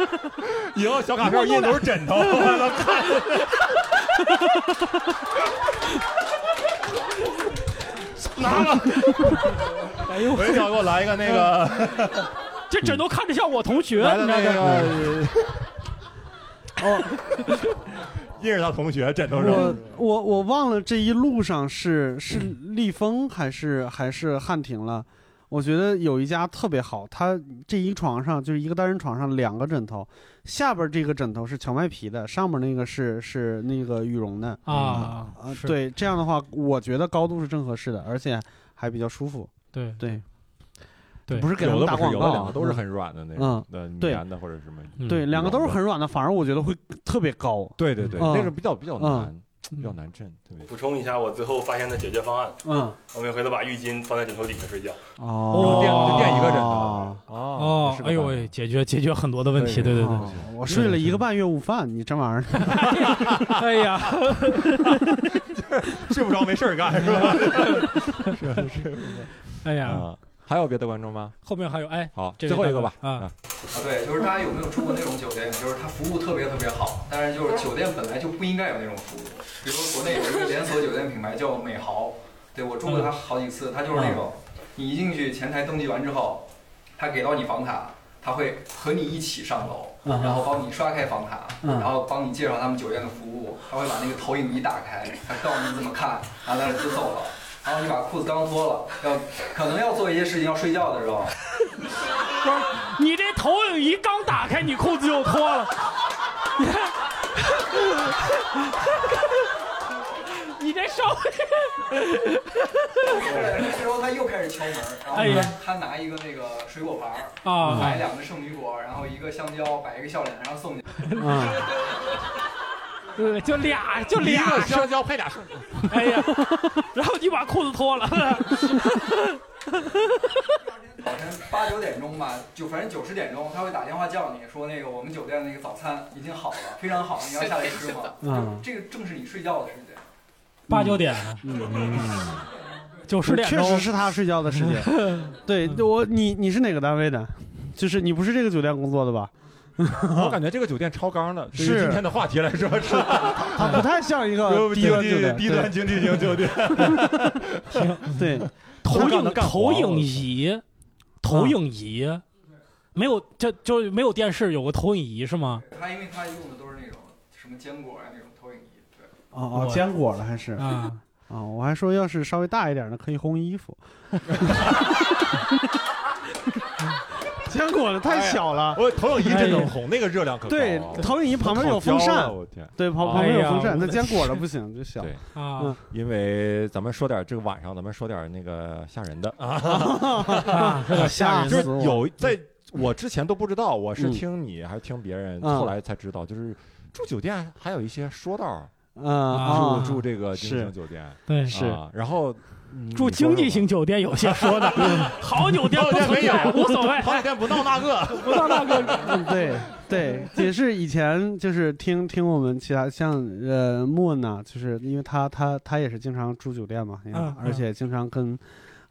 以后小卡片印都是枕头，我能 看拿了，
哎呦，
我也想给我来一个 那个，
这枕头看着像我同学，
来
你
的
知道
那个
吗？啊
哦，
印着他同学枕头
我
上。
我我忘了这一路上是是立丰还是还是汉庭了。我觉得有一家特别好，它这一床上就是一个单人床上两个枕头，下边这个枕头是荞麦皮的，上面那个是是那个羽绒的
啊
啊
是
对，这样的话我觉得高度是正合适的，而且还比较舒服。
对
对
对
不是给他
有的
们打
不是
广
有的
告
两
啊，
个都是很软的那
嗯
种，的
对
棉的或者什么。
嗯
对，两个都是很软的，反而我觉得会特别高。
对对对，
嗯
那个比较比较
嗯
难，比较难震，特别。
补充一下，我最后发现的解决方案，
嗯，
我们回头把浴巾放在枕头底下睡觉。
啊
哦，
垫就垫一个枕
头。
哦，哎呦喂，解决解决很多的问题，对对对
哦，我睡了一个半月午饭，你这玩意儿
哎呀，
睡不着没事 儿干是吧？
是是。
哎呀，
啊，还有别的观众吗？
后面还有哎，
好，
这
最后
位
一个
大
吧。
哥啊，
啊，对，就是大家有没有住过那种酒店？就是它服务特别特别好，但是就是酒店本来就不应该有那种服务。比如说国内有一个连锁酒店品牌叫美豪，对我住过它好几次，它就是那种，你一进去前台登记完之后，他给到你房卡，他会和你一起上楼，
嗯
然后帮你刷开房卡，
嗯
然后帮你介绍他们酒店的服务，他会把那个投影仪打开，他告诉你怎么看，然后他就走了。然后你把裤子刚脱了，要可能要做一些事情，要睡觉的时候，
不是，你这投影仪刚打开，你裤子就脱了。你这稍微，
这时候他又开始敲门，然
哎
后
呀
他他拿一个那个水果盘儿
嗯
啊
买两个圣女果，然后一个香蕉，摆一个笑脸，然后送进去。
啊对，就俩，就俩
一个香
蕉配俩圣哎呀，然后你把裤子脱了，
早晨八九点钟吧，就反正九十点钟，他会打电话叫你说那个我们酒店那个早餐已经好了，非常好，你要下来吃吗？
嗯
这个正是你睡觉的时间。
八九点，九十点
嗯确
钟，
实是他睡觉的时 间。对我，你你是哪个单位的？就是你不是这个酒店工作的吧？
我感觉这个酒店超纲的，对于
是
今天的话题来说是
它不太像一 个低端酒店，
低端经济型酒店。
对，
投
他长得
影
干
投
黄了
影仪，投影仪，没有，这就是没有电视，有个投影仪是吗？
他因为他用的都是那种什么坚果啊呀、那种投影仪，对。
哦哦，坚果了还是
啊
啊！我还说要是稍微大一点的可以烘衣服，坚果的太小了。
我投影仪真能红，那个热量可高啊
对，投影仪旁边有
烤
风
焦
扇
了我天，
对，旁旁边有风扇，那坚果的不行，就小
对
啊
嗯
因为咱们说点这个晚上，咱们说点那个吓人的
啊说点吓人
就
的
是有在我之前都不知道，我是
嗯
听你还是听别人，
嗯
后来才知道，就是住酒店还有一些说道儿，
嗯
住
啊
住这个经济
是
型酒店，
对
啊
是
然后
住
嗯你说
经济
说，
型酒店有些说的好酒店不存在，无所谓，
好酒店不闹那个，
不闹那个。
嗯，对对，也是以前就是听听我们其他像呃莫呢，就是因为他他他也是经常住酒店嘛，
嗯
嗯、而
嗯
且经常跟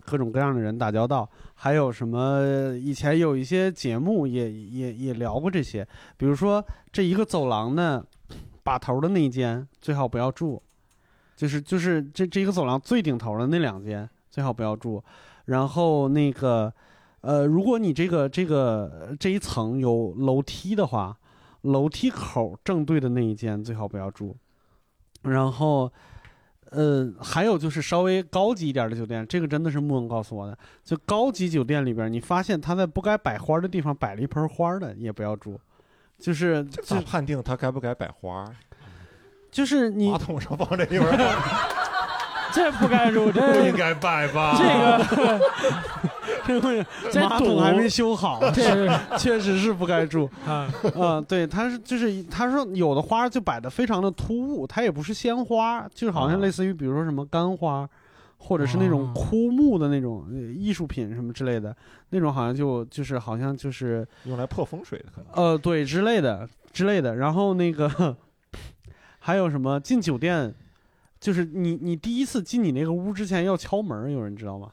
各种各样的人打交道，还有什么以前有一些节目也也也聊过这些，比如说这一个走廊呢，把头的那一间最好不要住，就是就是这这一个走廊最顶头的那两间最好不要住，然后那个呃，如果你这个这个这一层有楼梯的话，楼梯口正对的那一间最好不要住，然后。呃，还有就是稍微高级一点的酒店，这个真的是莫文告诉我的。就高级酒店里边，你发现他在不该摆花的地方摆了一盆花的，也不要住。就是这
咋判定他该不该摆花？
就是你
马桶上放这一盆儿，
这不该住，这
不应该摆吧？
这个 这东西
这
马桶
堵
还没修好，
这是
确实是不该住
啊。
嗯，对，他是就是他说有的花就摆的非常的突兀，它也不是鲜花，就是好像类似于比如说什么干花，或者是那种枯木的那种呃艺术品什么之类的，那种好像就就是好像就是
用来破风水的可能。
呃，对之类的之类的。然后那个 还有什么进酒店，就是你你第一次进你那个屋之前要敲门，有人知道吗？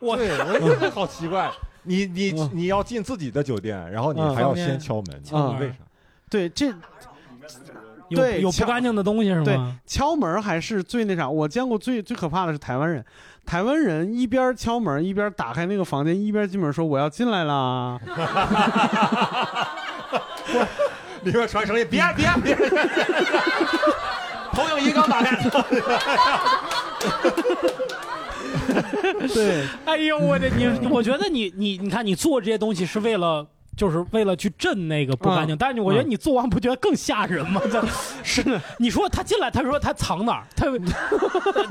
我对我觉得好奇 怪，你你你要进自己的酒店，然后你还要先嗯敲门，嗯
啊，
为啥？
对，这
有
对
有不
敲
干净的东西是
对
吗？
敲门还是最那啥。我见过最最可怕的是台湾人，台湾人一边敲门一边打开那个房间，一边进门说我要进 来啦。
里面传声音，别别别！投影仪刚打开，
对，
哎呦我的你， 我觉得你你你看你做这些东西是为了。就是为了去震那个不干净，
嗯
但是我觉得
嗯
你做完不觉得更吓人吗？这
是的，
你说他进来，他说他藏哪儿？他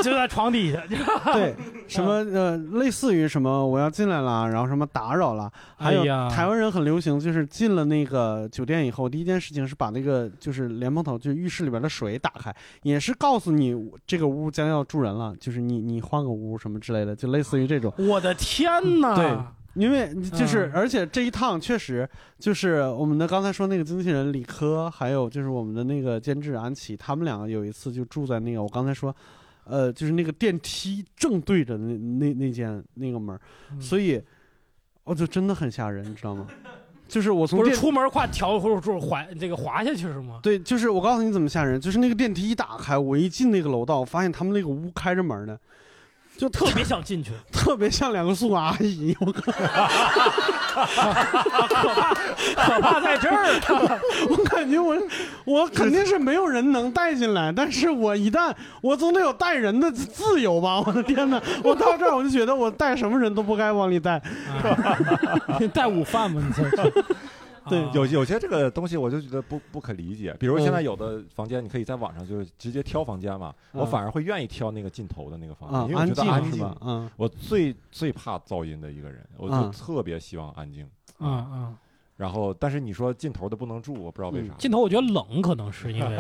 就在床底下。
对，什么呃，类似于什么我要进来了，然后什么打扰了，还有
哎呀
台湾人很流行，就是进了那个酒店以后，第一件事情是把那个就是莲蓬头，就是浴室里边的水打开，也是告诉你这个屋将要住人了，就是你你换个屋什么之类的，就类似于这种。
我的天哪！
对，因为就是，而且这一趟确实就是我们的刚才说那个经纪人李科，还有就是我们的那个监制安琪，他们两个有一次就住在那个我刚才说，呃，就是那个电梯正对着那那那间那个门儿，所以哦，就真的很吓人，你知道吗？就是我从
不是
电
出门跨条或者说滑这个滑下去是吗？
对，就是我告诉你怎么吓人，就是那个电梯一打开，我一进那个楼道，我发现他们那个屋开着门呢，就特
别想进去，
特别像两个宿管阿姨，我感
可怕在这儿，
我感觉我我肯定是没有人能带进来，但是我一旦我总得有带人的自由吧，我的天 哪，我到这儿我就觉得我带什么人都不该往里带，
嗯
带午饭吗？你这 是。
啊
对，有有些这个东西我就觉得不不可理解。比如现在有的房间，你可以在网上就是直接挑房间嘛，
嗯
我反而会愿意挑那个尽头的那个房
啊
间，因为我觉得
安
安
静是
静
吧嗯。
我最最怕噪音的一个人，我就
嗯
特别希望安静。
嗯嗯。
然后，但是你说尽头的不能住，我不知道为啥。
尽头我觉得冷，可能是因为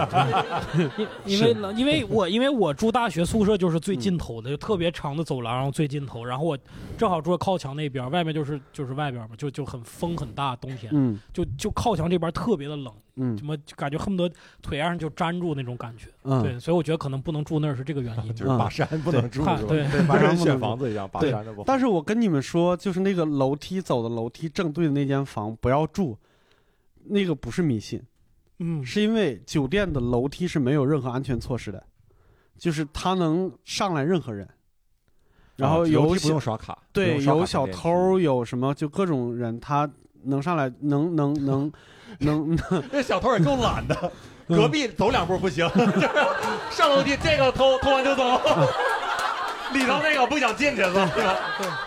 因因为
是
冷，因为我因为我住大学宿舍就是最尽头的，就特别长的走廊，然后最尽头，然后我正好住在靠墙那边，外面就是就是外边嘛，就就很风很大，冬天，
嗯
就就靠墙这边特别的冷，
嗯
什么就感觉恨不得腿上就粘住那种感觉，
嗯
对，所以我觉得可能不能住那儿是这个原 因，
就是跋山不能住
怕
是吧
对
嗯对，
爬山
跟
不
选
能住
房子一样爬
对
山的不好
但是我跟你们说，就是那个楼梯走的楼梯正对的那间房不要住，那个不是迷信，
嗯，
是因为酒店的楼梯是没有任何安全措施的，就是它能上来任何人。然
啊
后
楼
啊有
梯不
小
用刷卡不
对，
用刷
有
卡
小
电梯
偷，有什么就各种人，他能上来，能能 能能能
这小偷也够懒的，隔壁走两步不行，上楼梯这个偷偷完就走， 里头那个不想进去了，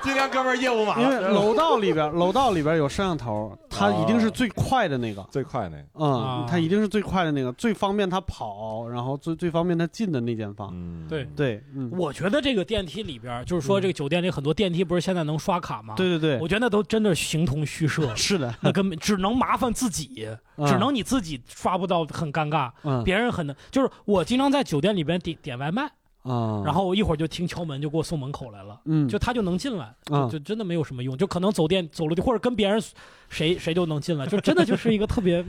今天哥们儿业务满
因
了，
为楼道里边，楼道里边有摄像头，他一定是最快的那个，
最快那个，
嗯
哦啊，
他一定是最快的那个，最方便他跑，然后最最方便他进的那间房，
对
对，嗯，
我觉得这个电梯里边儿，就是说这个酒店里很多电梯不是现在能刷卡吗？
对对对
我觉得那都真的形同虚设。
是的，
那根本只能麻烦自己，
嗯
只能你自己刷不到，很尴尬。
嗯
别人很能，就是我经常在酒店里边点点外卖，
啊，
然后我一会儿就听敲门就给我送门口来了，
嗯
就他就能进来，
嗯
就就真的没有什么用，就可能走电走楼梯或者跟别人谁谁就能进来，就真的就是一个特 别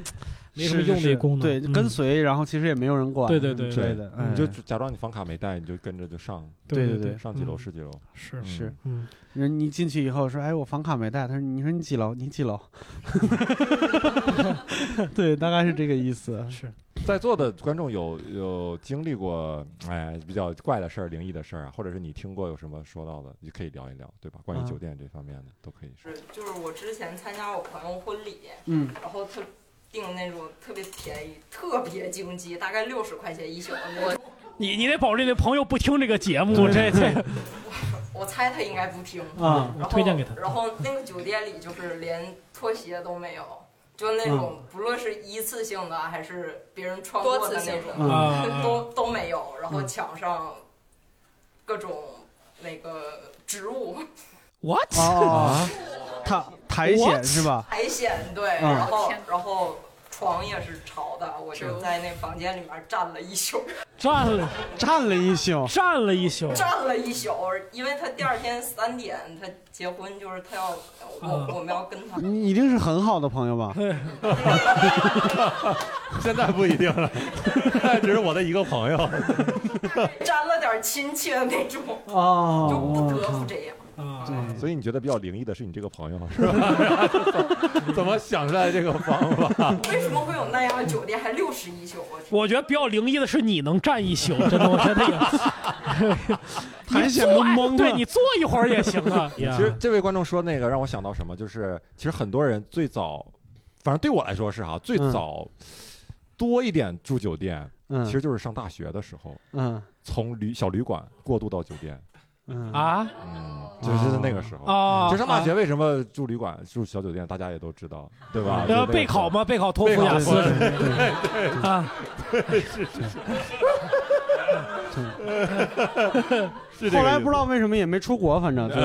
没什么
是
用的
是
一个功能。
对，
嗯
跟随，然后其实也没有人管，
对对对
之类的，哎
你就假装你房卡没带，你就跟着就上，
对对对
上几楼
嗯
是几楼，
是
嗯
是，
嗯，
人你进去以后说，哎，我房卡没带，他说，你说你几楼？你几楼？ 对，大概是这个意思。
嗯是，
在座的观众有有经历过哎比较怪的事儿、灵异的事儿啊，或者是你听过有什么说到的，你可以聊一聊，对吧？关于
啊
酒店这方面的都可以 说。
是就是我之前参加我朋友婚礼，
嗯
然后他订那种特别便宜、特别经济，大概六十块钱一宿的那种。
你你得保证你的朋友不听这个节目，这这
我猜他应该不听
啊
然后
推荐给他
然后那个酒店里就是连拖鞋都没有，就那种
嗯
不论是一次性的还是别人穿过的那
嗯啊
种，都都没有。然后
嗯
墙上各种那个植物，
what
啊
哦，苔苔藓是吧？
苔藓对，
嗯
然后然后床也是潮的，我就在那房间里面站了一宿，
站了
站了一宿，
站了一宿，
站了一宿，因为他第二天三点他结婚，就是他要
啊
我我们要跟他。
你一定是很好的朋友吧？
现在不一定了，现在只是我的一个朋友，
沾了点亲戚的那种，
哦
就不得不这样。
啊
对，所以你觉得比较灵异的是你这个朋友是吧？
怎么想出来这个方法？
为什么会有那样的酒店还六十一宿？我
我觉得比较灵异的是你能站一宿，真的，我觉得也
苔藓都懵了。
对你坐一会儿也行啊
其实这位观众说那个让我想到什么，就是其实很多人最早，反正对我来说是哈，最早多一点住酒店，
嗯
其实就是上大学的时候，
嗯，
从旅小旅馆过渡到酒店，
嗯
啊，
就是那个时候
啊
就上大学为什么住旅馆、住小酒店，大家也都知道，对吧？
呃，备考吗？备考托福、雅思
对
什么的，
对对
啊，
对是是是。
是这个
后来
意思
不知道为什么也没出国，反正就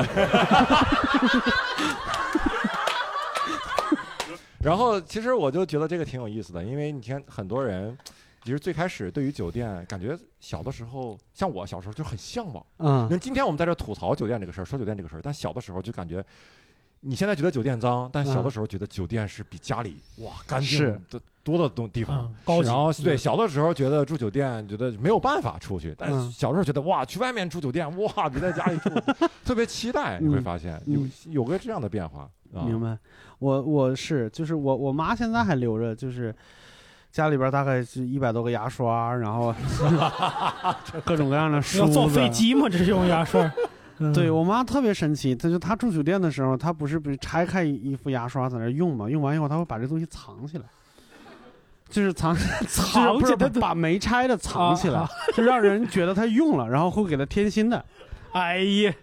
然后其实我就觉得这个挺有意思的，因为你看很多人，其实最开始对于酒店感觉小的时候，像我小时候就很向往。
嗯
那今天我们在这吐槽酒店这个事儿，说酒店这个事儿，但小的时候就感觉。你现在觉得酒店脏，但小的时候觉得酒店是比家里哇干净
嗯是
的多的东地方
嗯，高级
然后对
嗯
小的时候觉得住酒店觉得没有办法出去，但是
嗯
小时候觉得哇去外面住酒店哇比在家 里住特别期待，你会发现有
嗯
有个这样的变化。啊
明白。我我是就是我我妈现在还留着，就是家里边大概是一百多个牙刷，然后各种各样的梳
要
子。啊
造
嗯
飞机吗？这是用牙刷。
对我妈特别神奇，她就她住酒店的时候，她不是不是拆开一副牙刷在那儿用嘛，用完以后她会把这东西藏起来，就是藏
藏
就是
起来
不是把没拆的藏起来
啊，
就让人觉得她用了，然后会给她添新的。
哎呀，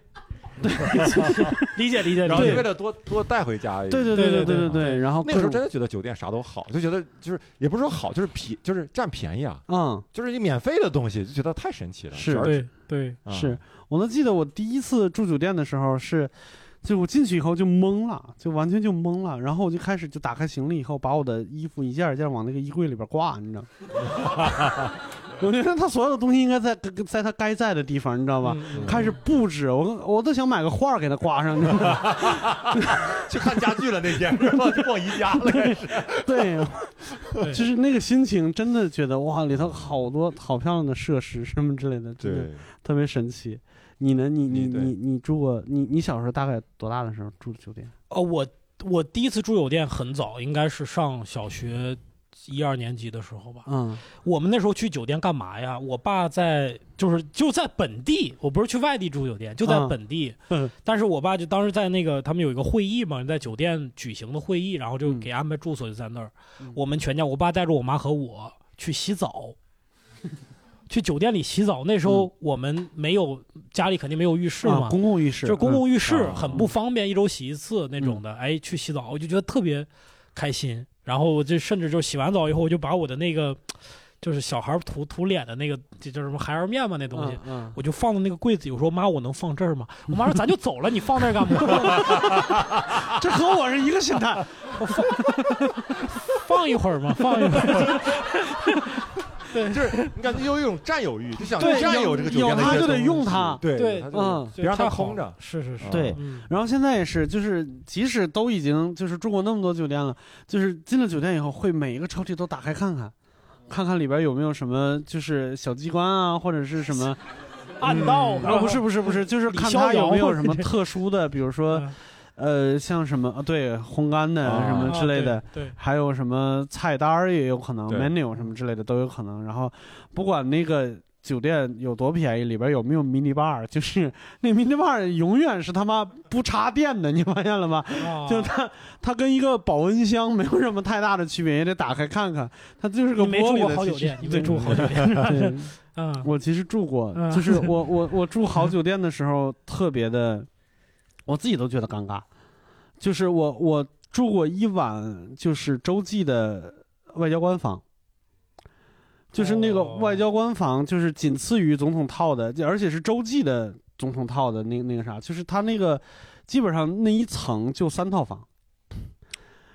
理解理解，
然后就
对
为了多多带回家。
对对对对对哦对对然后
那个时
各
候
种
真的觉得酒店啥都好，就觉得就是也不是说好，就是便就是占便宜啊，
嗯，
就是一免费的东西就觉得太神奇了。
是
而且
对
啊
是我都记得我第一次住酒店的时候是，就我进去以后就懵了，就完全就懵了，然后我就开始就打开行李以后，把我的衣服一件儿一件儿往那个衣柜里边挂，你知道吗？ 我觉得他所有的东西应该在在他该在的地方，你知道
嗯
嗯
吧？开始布置，我我都想买个画儿给他挂上，你知 道吗？
去看家具了那天是吧？就逛宜家了开始。
对，就是那个心情，真的觉得哇，里头好多好漂亮的设施什么之类的，真的
对
特别神奇。你呢？你你
嗯对
你你住过？你你小时候大概多大的时候住的酒店？
哦，我我第一次住酒店很早，应该是上小学一二年级的时候吧。
嗯，
我们那时候去酒店干嘛呀？我爸在就是就在本地，我不是去外地住酒店，就在
嗯
本地。
嗯
但是我爸就当时在那个他们有一个会议嘛，在酒店举行的会议，然后就
嗯
给安排住所就在那儿。我们全家，我爸带着我妈和我去洗澡，去酒店里洗澡。那时候我们没有家里肯定没有浴室嘛，
嗯啊公共浴室
就是公共浴室
嗯
很不方便，一周洗一次那种的。哎，去洗澡我就觉得特别开心。然后我就甚至就洗完澡以后，我就把我的那个就是小孩涂涂脸的那个，这叫什么孩儿面嘛那东西，
嗯嗯
我就放到那个柜子。有时候妈，我能放这儿吗？我妈说咱就走了，你放这儿干嘛？
这和我是一个心态。
我放放一会儿嘛，放一会 儿。对，
就是你感觉有一种占有欲，就想
对，
占
有
有这个酒店的一
它
些
就得
东
用
西
它，
对，
嗯，
别让它空着。
是是嗯是
对。然后现在也是，就是即使都已经就是住过那么多酒店了，就是进了酒店以后，会每一个抽屉都打开看看，看看里边有没有什么就是小机关啊，或者是什么
暗道
嗯啊，不是不是不是，就是看它有没有什么特殊的，比如说。呃，像什么啊？对，烘干
嗯
的
啊
什么之类的，
对对
还有什么菜单儿也有可能
对
，menu 什么之类的都有可能。然后，不管那个酒店有多便宜，里边有没有 mini bar，就是 那 mini bar 永远是他妈不插电的，你发现了吗？
啊
就它它跟一个保温箱没有什么太大的区别，也得打开看看，它就是个
你没
玻
住
璃
过
的
好
其
酒
实
店，你没住过好酒店，
对
是 吧
对
嗯，
我其实住过
嗯，
就是我我我住好酒店的时候特别的，我自己都觉得尴尬。就是我我住过一晚，就是洲际的外交官房，就是那个外交官房，就是仅次于总统套的，就而且是洲际的总统套的那那个啥，就是它那个基本上那一层就三套房。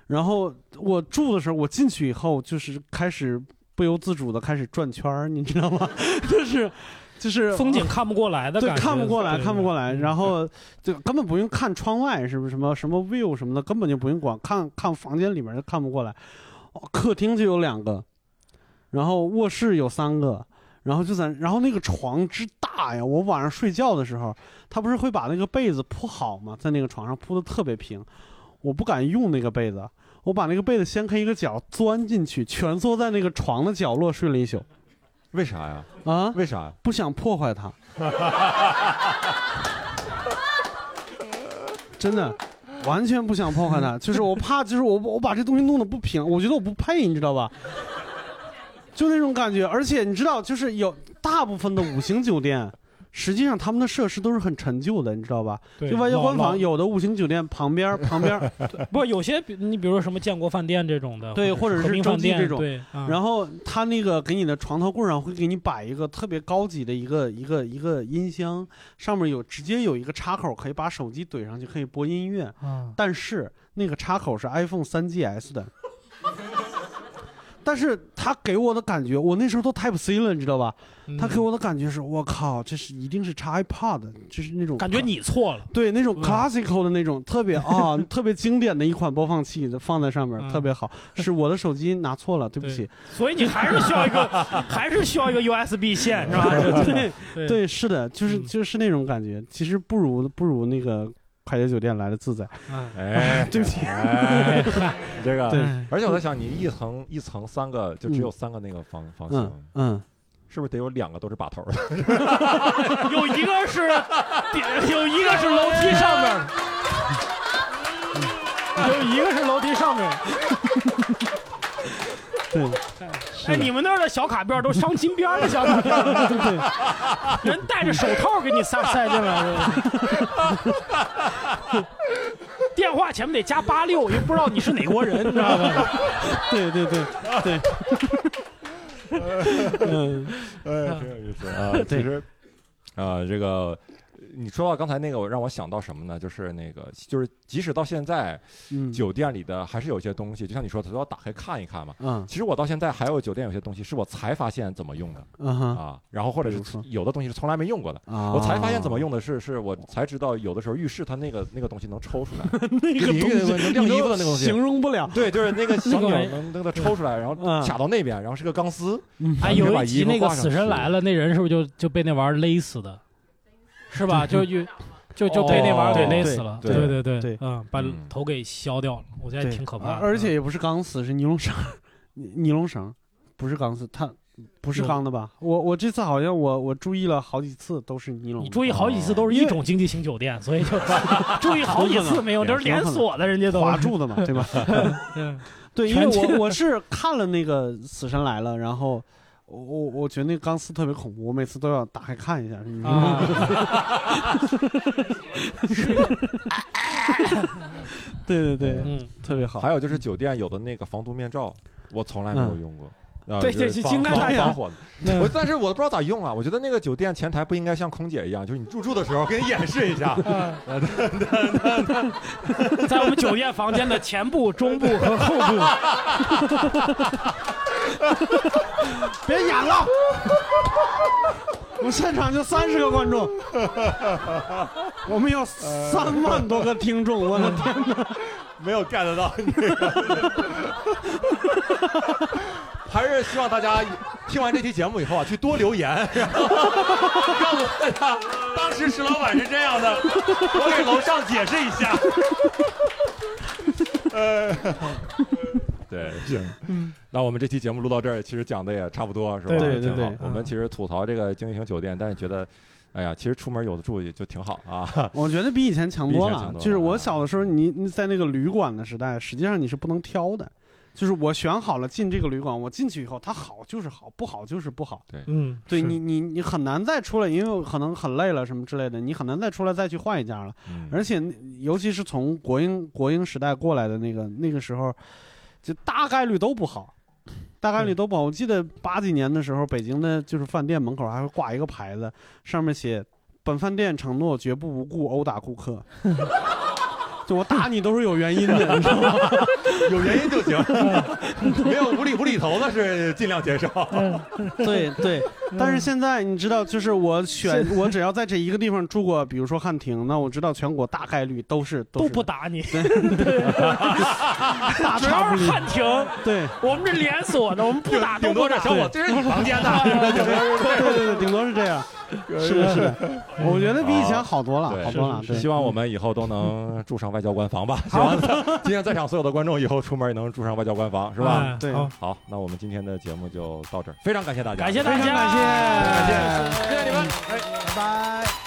然后我住的时候，我进去以后就是开始不由自主的开始转圈儿，你知道吗？ 就是就是
风景看不过来的
对
感，觉，
看不过来，
对
看不过来。然后就根本不用看窗外，是不是什么什么 view 什么的，根本就不用管，看看房间里面就看不过来。哦客厅就有两个，然后卧室有三个，然后就在，然后那个床之大呀！我晚上睡觉的时候，他不是会把那个被子铺好吗？在那个床上铺的特别平，我不敢用那个被子，我把那个被子掀开一个角钻进去，蜷缩在那个床的角落睡了一宿。
为啥 呀？
啊？
为啥？
不想破坏它。真的，完全不想破坏它，就是我怕，就是我我把这东西弄得不平，我觉得我不配，你知道吧？就那种感觉，而且你知道，就是有大部分的五星酒店，实际上他们的设施都是很陈旧的，你知道吧？
对
就外交官
老老
房有的五星酒店旁边旁边，
对不有些比你比如说什么建国饭店这种的，
对，或者
和
是
平
洲
饭
际
店
这种
对，。啊
然后他那个给你的床头柜上会给你摆一个特别高级的一个一个一个音箱，上面有直接有一个插口，可以把手机怼上去，可以播音乐。
啊
但是那个插口是 iPhone 3 GS 的。但是他给我的感觉，我那时候都 Type C 了，你知道吧？
嗯
他给我的感觉是，我靠，这是一定是插 iPad，的就是那种
感觉你嗯错了，
对，那种 classical 的那种特 别啊、特别经典的一款播放器放在上面、
嗯
特别好。是我的手机拿错了，对不起。
所以你还是需要一 个，还是需要一个 USB 线是吧？
对
对
对，是的，就是就是那种感觉，其实不如不如那个快捷酒店来的自在。
哎
对不起
哎你这个，
对
而且我在想，你一层一层三个，就只有三个那个房房型
嗯，嗯，
是不是得有两个都是把头儿的？
有一个是顶，有一个是楼梯上面儿，
嗯
有一个是楼梯上面儿。
对，
哎，你们那儿的小卡片都镶金边儿的小卡片儿， 人戴着手套给你塞塞进来的。电话前面得加八六，也不知道你是哪国人，你知道吗？
对对对对，
嗯，哎，挺有意思啊。
对
其实，啊，这个你说到刚才那个，我让我想到什么呢？就是那个，就是即使到现在，
嗯
酒店里的还是有一些东西，就像你说的，都要打开看一看嘛。
嗯
其实我到现在还有酒店有些东西是我才发现怎么用的。
嗯哼
啊，然后或者是有的东西是从来没用过的，
啊
我才发现怎么用的是，是我才知道有的时候浴室它那个那个东西能抽出来，
那
就淋
个
浴
东西
能晾衣服的那个东西，
形容不了。
对，就是那个小钮
那个
儿
玩意
能能给它抽出来，然后
嗯
卡到那边，然后是个钢丝，
哎，
然后你
有
把
一
衣
集
服
那个
挂上
死神
去
来了，那人是不是就就被那玩意儿勒死的？是吧？就就就就被那玩意儿给勒死了。
对
对
对
对
对
嗯，把头给削掉了，我觉得还
对
挺可
而
怕的。嗯
而且也不是钢丝，是尼龙绳，尼尼龙绳，不是钢丝，它不是
有
钢的吧？我我这次好像我我注意了好几次都是尼龙，
嗯你注意好几次都是一种经济型酒店，所以就注意好几次没有，这是连锁的，人家都
华住的嘛，对吧？
嗯，
对，因为
全
我
进
我是看了那个《死神来了》，然后我我我觉得那个钢丝特别恐怖，我每次都要打开看一下。
啊
你明白
啊
吗对对对，
嗯，
特别好。
还有就是酒店有的那个防毒面罩，我从来没有用过。啊
对
就是
这
防
应该
防
大家
防火的，
嗯
我但是我都不知道咋用啊。我觉得那个酒店前台不应该像空姐一样，就是你入住的时候给你演示一下。
在我们酒店房间的前部、中部和后部。
别演了，我现场就三十个 观众，我们有
呃
三万多个听众，我的 天哪，
没有 get 到你。还是希望大家听完这期节目以后啊，去多留言，然后告诉大家当时石老板是这样的，我给楼上解释一下。呃，对，行，
嗯
那我们这期节目录到这儿，其实讲的也差不多，是吧？
对对对
挺好
对嗯
我们其实吐槽这个经济型酒店，但是觉得，哎呀，其实出门有的住也就挺好 啊。
我觉得比以前强多
比以前强多
了。
了啊
就是我小的时候，你你在那个旅馆的时代，实际上你是不能挑的。就是我选好了进这个旅馆，我进去以后，它好就是好，不好就是不好。
对
嗯
对
是
你你你很难再出来，因为可能很累了什么之类的，你很难再出来再去换一家了。
嗯
而且那尤其是从国营国营时代过来的那个那个时候，就大概率都不好，大概率都不好。我记得八几年的时候，北京的就是饭店门口还会挂一个牌子，上面写“本饭店承诺绝不无故殴打顾客”。 就我打你都是有原因的，你知道吗？
有原因就行，没有无理无厘头的是尽量减少。
对对，但是现在你知道，就是我选，我只要嗯在这一个地方住过，比如说汉庭，那我知道全国大概率都是都
都
是
不打你，
大
只
差
要
不
是
离。
汉庭，
对，
我们这连锁的，我们不打都不打。
对对对对，顶多是这样。 是的，是的，我觉得比以前好多了，好多了。对，
希望我们以后都能住上外交官房 吧。希望今天在场所有的观众以后出门也能住上外交官房，是吧
哎？对好
好，那我们今天的节 目就到这儿，非常感谢大家，
感谢大家
非常感谢，感谢。
谢谢你们，拜拜。